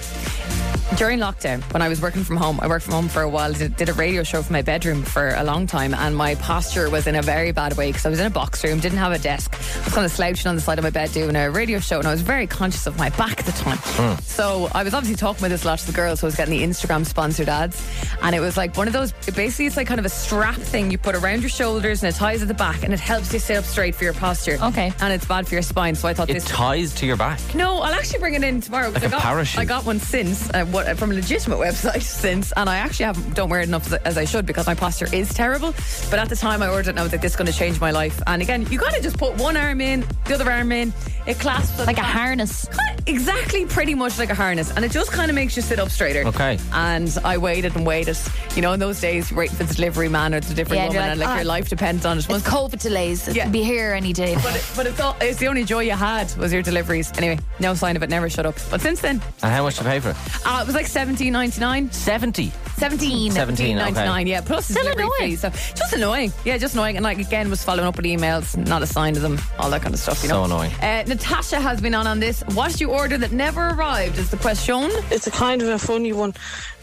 Speaker 4: During lockdown, when I was working from home, I worked from home for a while, did, did a radio show from my bedroom for a long time, and my posture was in a very bad way because I was in a box room, didn't have a desk. I was kind of slouching on the side of my bed doing a radio show, and I was very conscious of my back at the time.
Speaker 3: Hmm.
Speaker 4: So I was obviously talking with this lot to the girls, who was getting the Instagram sponsored ads, and it was like one of those basically, it's like kind of a strap thing you put around your shoulders and it ties at the back, and it helps you sit up straight for your posture.
Speaker 3: Okay.
Speaker 4: And it's bad for your spine, so I thought
Speaker 5: It
Speaker 4: this.
Speaker 5: ties to your back.
Speaker 4: No, I'll actually bring it in tomorrow. 'cause
Speaker 5: Like a
Speaker 4: I got,
Speaker 5: parachute.
Speaker 4: I got one since uh, what, from a legitimate *laughs* website since, and I actually haven't don't wear it enough as I- as I should because my posture is terrible. But at the time I ordered it, and I was like, "This is going to change my life." And again, you got to just put one arm in, the other arm in. It clasps at
Speaker 3: Like a
Speaker 4: the back.
Speaker 3: harness.
Speaker 4: Kinda- Exactly, pretty much like a harness, and it just kind of makes you sit up straighter.
Speaker 5: Okay.
Speaker 4: And I waited and waited. You know, in those days, you wait for the delivery man or the delivery
Speaker 3: Yeah, and
Speaker 4: woman,
Speaker 3: you're
Speaker 4: and
Speaker 3: like,
Speaker 4: like your
Speaker 3: "Ah,
Speaker 4: life depends on it.
Speaker 3: It's COVID delays. It
Speaker 4: Yeah.
Speaker 3: could be here any day.
Speaker 4: But, it, but it's, all, it's the only joy you had was your deliveries. Anyway, no sign of it. Never shut up. But since then,
Speaker 5: And how much to pay for it?
Speaker 4: uh, it was like seventeen ninety nine.
Speaker 5: 70.
Speaker 3: 17.
Speaker 5: 17,
Speaker 4: ninety nine.
Speaker 5: okay.
Speaker 4: Yeah, plus the
Speaker 3: Still
Speaker 4: delivery
Speaker 3: annoying.
Speaker 4: fee, So just annoying. Yeah, just annoying. And like again, was following up with emails. Not a sign of them. All that kind of stuff. You
Speaker 5: So
Speaker 4: know.
Speaker 5: annoying.
Speaker 4: Uh, Natasha has been on on this. What did you order that never arrived? Is the question.
Speaker 14: It's a kind of a funny one.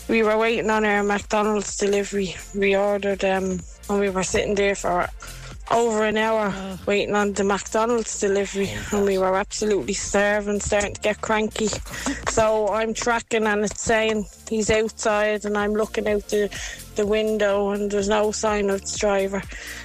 Speaker 14: We were waiting on our McDonald's delivery. We ordered um and we were sitting there for over an hour waiting on the McDonald's delivery and we were absolutely starving, starting to get cranky. So I'm tracking and it's saying he's outside and I'm looking out the, the window and there's no sign of the driver.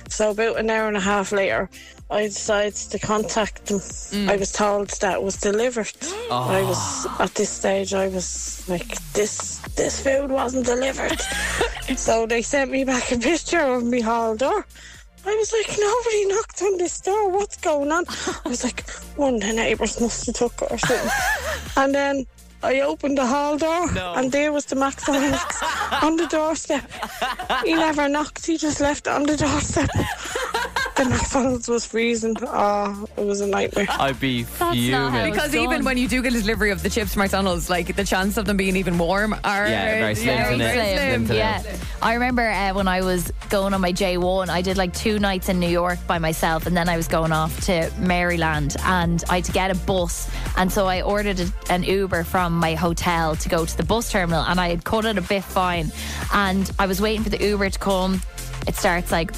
Speaker 14: So about an hour and a half later I decided to contact him. I was told that it was delivered. I was at this stage I was like this this food wasn't delivered. so they sent me back a picture of me hall door. I was like, nobody knocked on this door. What's going on? I was like, one of the neighbours must have took it or something. and then I opened the hall door, and there was the McDonald's on the doorstep. He never knocked. He just left it on the doorstep. the McDonald's was freezing. Ah, it was a nightmare.
Speaker 5: I'd be
Speaker 3: not how
Speaker 5: fuming.
Speaker 3: it's
Speaker 4: Because
Speaker 3: done.
Speaker 4: even when you do get a delivery of the chips from McDonald's, like the chance of them being even warm are
Speaker 5: Yeah, very slim,
Speaker 4: very
Speaker 5: isn't it? Slim.
Speaker 4: slim.
Speaker 5: Slim.
Speaker 3: Yeah. I remember uh, when I was going on my J1, I did like two nights in New York by myself, and then I was going off to Maryland, and I had to get a bus. And so I ordered a, an Uber from my hotel to go to the bus terminal, and I had cut it a bit fine. And I was waiting for the Uber to come. It starts like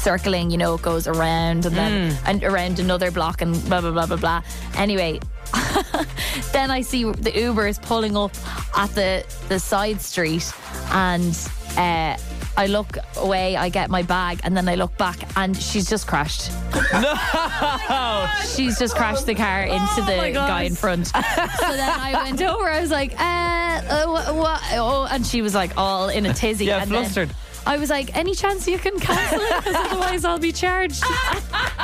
Speaker 3: circling, you know, it goes around and then and around another block and blah blah blah blah blah. Anyway, then I see the Uber is pulling up at the the side street and uh I look away, I get my bag, and then I look back, and she's just crashed.
Speaker 5: No!
Speaker 3: She's just crashed the car into
Speaker 4: my
Speaker 3: the
Speaker 4: God.
Speaker 3: guy in front. so then I went over, I was like, uh, uh what, what? Oh, and she was like all in a tizzy.
Speaker 5: Yeah,
Speaker 3: and then
Speaker 5: flustered.
Speaker 3: I was like, any chance you can cancel it? Because otherwise I'll be charged.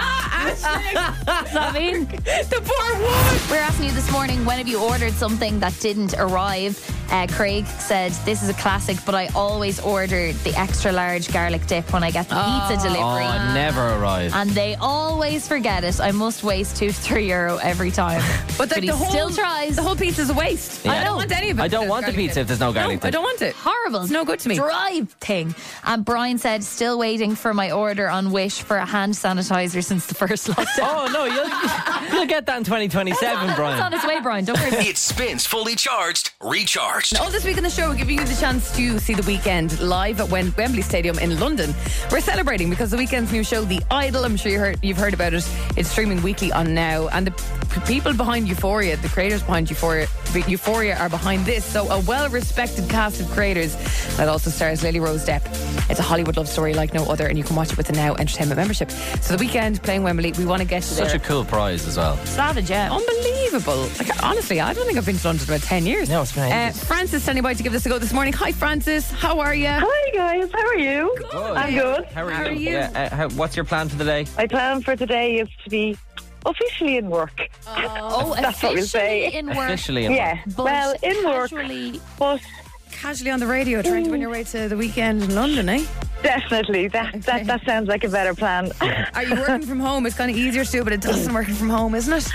Speaker 3: *laughs* Does that mean?
Speaker 4: The poor woman.
Speaker 3: We're asking you this morning when have you ordered something that didn't arrive? Uh, Craig said, This is a classic, but I always order the extra large garlic dip when I get the pizza delivery.
Speaker 5: Oh, never arrived.
Speaker 3: and they always forget it. I must waste two to three euro every time.
Speaker 4: *laughs* But, like,
Speaker 3: he
Speaker 4: the whole,
Speaker 3: still tries.
Speaker 4: The whole pizza's a waste.
Speaker 5: Yeah.
Speaker 4: I don't want any of it.
Speaker 5: I don't
Speaker 4: There's
Speaker 5: want the
Speaker 4: garlic
Speaker 5: pizza
Speaker 4: in it.
Speaker 5: if there's no garlic.
Speaker 4: No, I don't want it.
Speaker 3: horrible.
Speaker 4: It's no good to me.
Speaker 3: Dry thing. And Brian said, still waiting for my order on Wish for a hand sanitizer since the first
Speaker 4: *laughs*
Speaker 3: lockdown.
Speaker 5: Oh, no, *laughs* you'll, you'll get that in 2027,
Speaker 3: It's
Speaker 5: Brian.
Speaker 4: *laughs*
Speaker 3: on its way, Brian. Don't worry.
Speaker 1: It spins fully charged, recharged. Charged.
Speaker 4: And all this week on the show, we're giving you the chance to see The Weekend live at Wem- Wembley Stadium in London. We're celebrating because The Weekend's new show, The Idol, I'm sure you heard, you've heard about it, it's streaming weekly on Now. And the p- people behind Euphoria, the creators behind Euphoria, Euphoria are behind this. So a well-respected cast of creators that also stars Lily Rose Depp. It's a Hollywood love story like no other, and you can watch it with the Now Entertainment membership. So The Weekend playing Wembley, we want to get you
Speaker 5: Such a
Speaker 4: there.
Speaker 5: cool prize as well.
Speaker 3: Savage, yeah.
Speaker 4: Unbelievable. Like, honestly, I don't think I've been to London in about 10 years. No, it's
Speaker 5: been
Speaker 4: Uh, Francis standing by to give this a go this morning. Hi, Francis. How are you?
Speaker 15: Hi, guys. How are you? I'm good.
Speaker 5: How are you? Yeah, uh, how, what's your plan for the day?
Speaker 15: My plan for today is to be officially in work.
Speaker 3: Oh,
Speaker 15: That's what we'll say.
Speaker 3: officially in work.
Speaker 5: Officially in
Speaker 15: yeah.
Speaker 3: But
Speaker 15: well, in work.
Speaker 3: casually-
Speaker 15: But
Speaker 4: Casually on the radio, trying to win your way to the weekend in London, eh?
Speaker 15: definitely, that, that, that sounds like a better plan.
Speaker 4: Are you working from home? It's kind of easier to do, but it doesn't working from home, isn't it?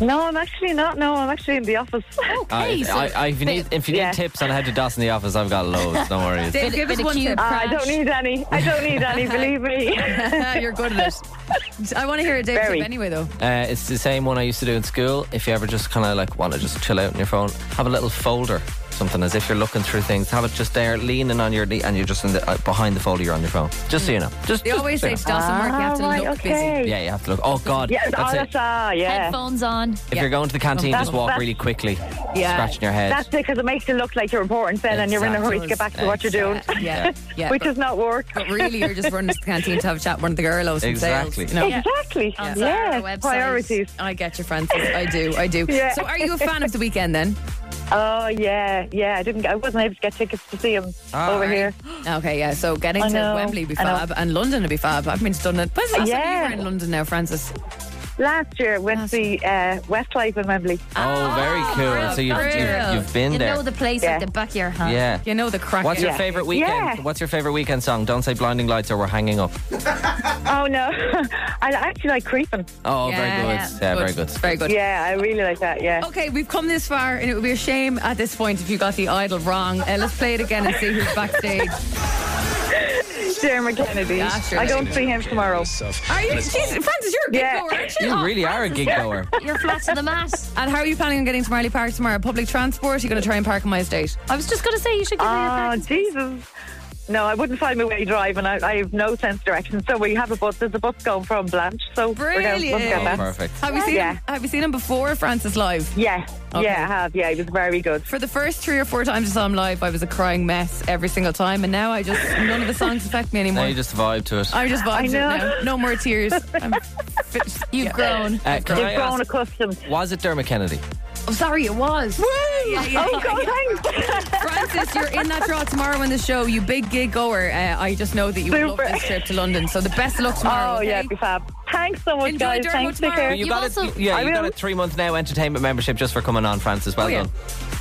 Speaker 15: No, I'm actually not. No, I'm actually in the office.
Speaker 3: Oh,
Speaker 5: I, Uh, I, I, if you need, if you need
Speaker 15: Yeah.
Speaker 5: tips on how to DOS in the office, I've got loads. Don't worry.
Speaker 4: Dave, give us one tip.
Speaker 15: Ah, I don't need any. I don't need any, believe me.
Speaker 4: Uh, You're good at
Speaker 15: *laughs*
Speaker 4: it. I want to hear a Dave tip anyway, though.
Speaker 5: Uh, it's the same one I used to do in school. If you ever just kind of like want to just chill out on your phone, have a little folder, something as if you're looking through things. Have it just there, leaning on your knee, and you're just in the, uh, behind the folder. You're on your phone, just so you know. Just
Speaker 4: They
Speaker 5: just
Speaker 4: always
Speaker 5: so
Speaker 4: say
Speaker 5: you
Speaker 4: to
Speaker 5: know.
Speaker 4: Dawson Mark, you have to
Speaker 15: right,
Speaker 4: look
Speaker 15: okay.
Speaker 5: Yeah, you have to look. Oh God,
Speaker 15: Yeah,
Speaker 5: that's
Speaker 15: oh,
Speaker 5: it.
Speaker 15: that's ah, yeah.
Speaker 3: Headphones on.
Speaker 5: If you're going to the canteen,
Speaker 15: That's-
Speaker 5: just walk
Speaker 15: that's-
Speaker 5: really quickly,
Speaker 15: Yeah.
Speaker 5: scratching your head.
Speaker 15: That's it, because it makes it look like you're important then and you're in a hurry to get back to what you're doing.
Speaker 4: Exactly.
Speaker 15: *laughs*
Speaker 4: Yeah, yeah.
Speaker 15: Which does not work.
Speaker 4: But really, you're just running to the canteen to have a chat with one of the girlos and sales.
Speaker 5: Exactly.
Speaker 4: You know?
Speaker 15: Exactly.
Speaker 4: On
Speaker 15: Yeah,
Speaker 4: Zara website.
Speaker 15: priorities.
Speaker 4: I get you, Francis. I do. I do.
Speaker 15: Yeah.
Speaker 4: So, are you a fan of the weekend then?
Speaker 15: Oh yeah, yeah. I didn't. I wasn't able to get tickets to see him over here.
Speaker 4: Okay, yeah. So getting
Speaker 15: I
Speaker 4: to
Speaker 15: know,
Speaker 4: Wembley would be
Speaker 15: I know.
Speaker 4: fab, and London would be fab. I've been to London. When's the last time you
Speaker 15: Yeah.
Speaker 4: were in London now, Francis?
Speaker 15: Last year went to the uh, Westlife in Wembley.
Speaker 5: Oh, very cool. So you've,
Speaker 4: real.
Speaker 5: you've, Oh, you've been
Speaker 3: you
Speaker 5: there.
Speaker 3: know the place like the back of your hand.
Speaker 5: yeah.
Speaker 4: You know the crack.
Speaker 5: What's your
Speaker 15: Yeah.
Speaker 5: favorite weekend?
Speaker 15: Yeah.
Speaker 5: What's your favorite weekend song? Don't say "Blinding Lights" or "We're Hanging Up."
Speaker 15: Oh no, *laughs* I actually like creeping.
Speaker 5: Oh,
Speaker 4: Yeah.
Speaker 5: very good. Yeah, very good.
Speaker 4: Very good.
Speaker 15: Yeah, I really like that. Yeah.
Speaker 4: Okay, we've come this far, and it would be a shame at this point if you got the idol wrong. Uh, let's play it again and see who's backstage.
Speaker 15: Dermot Kennedy.
Speaker 4: Yeah, sure.
Speaker 15: I don't see him tomorrow.
Speaker 4: Are you, Jesus, Francis, you're a gig
Speaker 15: Yeah.
Speaker 4: goer, aren't you?
Speaker 5: You really are a gig goer.
Speaker 3: You're flat to the mat.
Speaker 4: And how are you planning on getting to Marley Park tomorrow? Public transport? You're going to try and park on my estate?
Speaker 3: I was just going to say you should give me your
Speaker 14: Ah,
Speaker 15: Oh
Speaker 3: practice.
Speaker 15: Jesus. No, I wouldn't find my way driving. I, I have no sense of direction. So we have a bus. There's a bus going from Blanche. So we're going to
Speaker 4: Brilliant.
Speaker 5: Oh, perfect.
Speaker 4: Have you seen
Speaker 15: Yeah.
Speaker 4: him? Have you seen him before, Francis Live?
Speaker 15: Yeah,
Speaker 4: Okay.
Speaker 15: yeah, I have. Yeah, it was very good.
Speaker 4: For the first three or four times I saw him live, I was a crying mess every single time, and now I just none of the songs affect me
Speaker 5: Now
Speaker 4: anymore.
Speaker 5: you just vibe to it.
Speaker 4: I'm just vibing
Speaker 15: I
Speaker 4: it
Speaker 15: know.
Speaker 4: now. No more tears. I'm fit-
Speaker 3: You've
Speaker 4: yeah.
Speaker 3: grown.
Speaker 5: Uh, can I
Speaker 15: They've grown
Speaker 5: ask,
Speaker 15: accustomed.
Speaker 5: was it Dermot Kennedy?
Speaker 4: Oh, sorry, it was. Yeah, yeah,
Speaker 15: Oh,
Speaker 4: yeah.
Speaker 15: God, thanks.
Speaker 4: Francis, you're in that draw tomorrow in the show. You big gig goer. Uh, I just know that you would love
Speaker 15: Super.
Speaker 4: this trip to London. So the best of luck tomorrow.
Speaker 15: Oh yeah,
Speaker 4: okay?
Speaker 15: it'd be fab. Thanks so much,
Speaker 4: Enjoy
Speaker 15: guys.
Speaker 4: Dermo
Speaker 15: Thanks, take
Speaker 4: tomorrow.
Speaker 15: care.
Speaker 5: You
Speaker 3: You
Speaker 5: got
Speaker 3: also-
Speaker 5: it. Yeah,
Speaker 15: I
Speaker 5: you got
Speaker 15: will.
Speaker 5: a three month now entertainment membership just for coming on, Francis. Well
Speaker 4: Oh, yeah.
Speaker 5: done.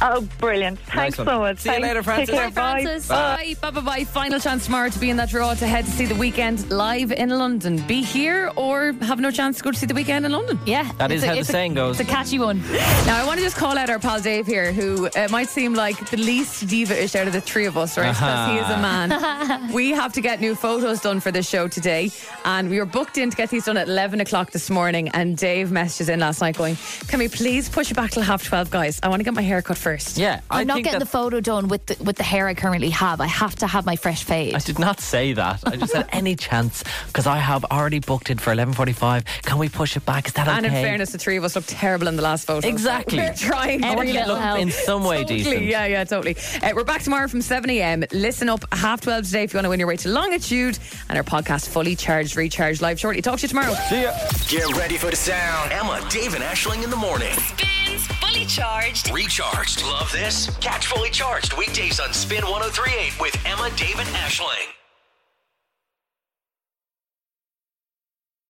Speaker 15: Oh, brilliant. Thanks
Speaker 5: one.
Speaker 15: so much.
Speaker 5: See you
Speaker 15: Thanks.
Speaker 5: later,
Speaker 15: Take care.
Speaker 5: Francis.
Speaker 15: Bye.
Speaker 3: Francis.
Speaker 4: Bye, bye, bye, bye. Final chance tomorrow to be in that draw to head to see the weekend live in London. Be here or have no chance to go to see the weekend in London.
Speaker 3: Yeah.
Speaker 5: That is
Speaker 3: it's a-
Speaker 5: how the
Speaker 3: it's a-
Speaker 5: saying goes.
Speaker 3: It's a catchy one.
Speaker 4: Now, I want to just call out our pal Dave here, who uh, might seem like the least diva-ish out of the three of us, right? Because he is
Speaker 5: Uh-huh. *laughs*
Speaker 4: a man. we have to get new photos done for this show today, and we were booked in to get these done at eleven o'clock this morning. And Dave messages in last night going, "Can we please push it back till half twelve, guys? I want to get my hair cut first.
Speaker 5: Yeah, I
Speaker 3: I'm not
Speaker 5: think
Speaker 3: getting the
Speaker 5: that-
Speaker 3: photo done with the, with the hair I currently have. I have to have my fresh fade.
Speaker 5: I did not say that. I just said any chance because I have already booked it for eleven forty five. Can we push it back? Is that okay?
Speaker 4: And in fairness, the three of us look terrible in the last photo.
Speaker 5: Exactly.
Speaker 4: *laughs* We're trying.
Speaker 5: I
Speaker 4: to
Speaker 5: want you to
Speaker 3: little
Speaker 5: look
Speaker 3: help.
Speaker 5: in some way
Speaker 4: totally.
Speaker 5: decent.
Speaker 4: Yeah, yeah, totally. Uh, we're back tomorrow from 7 a.m. Listen up, half 12 today if you want to win your way to Longitude and our podcast, Fully Charged, Recharged Live shortly. Talk to you tomorrow.
Speaker 5: See ya.
Speaker 1: Get ready for the sound. Emma, Dave, and Ashling in the morning.
Speaker 2: Spins Fully Charged.
Speaker 1: oh Recharged. Love this? Catch fully charged weekdays on Spin 1038 with Emma, Dave, and Ashling.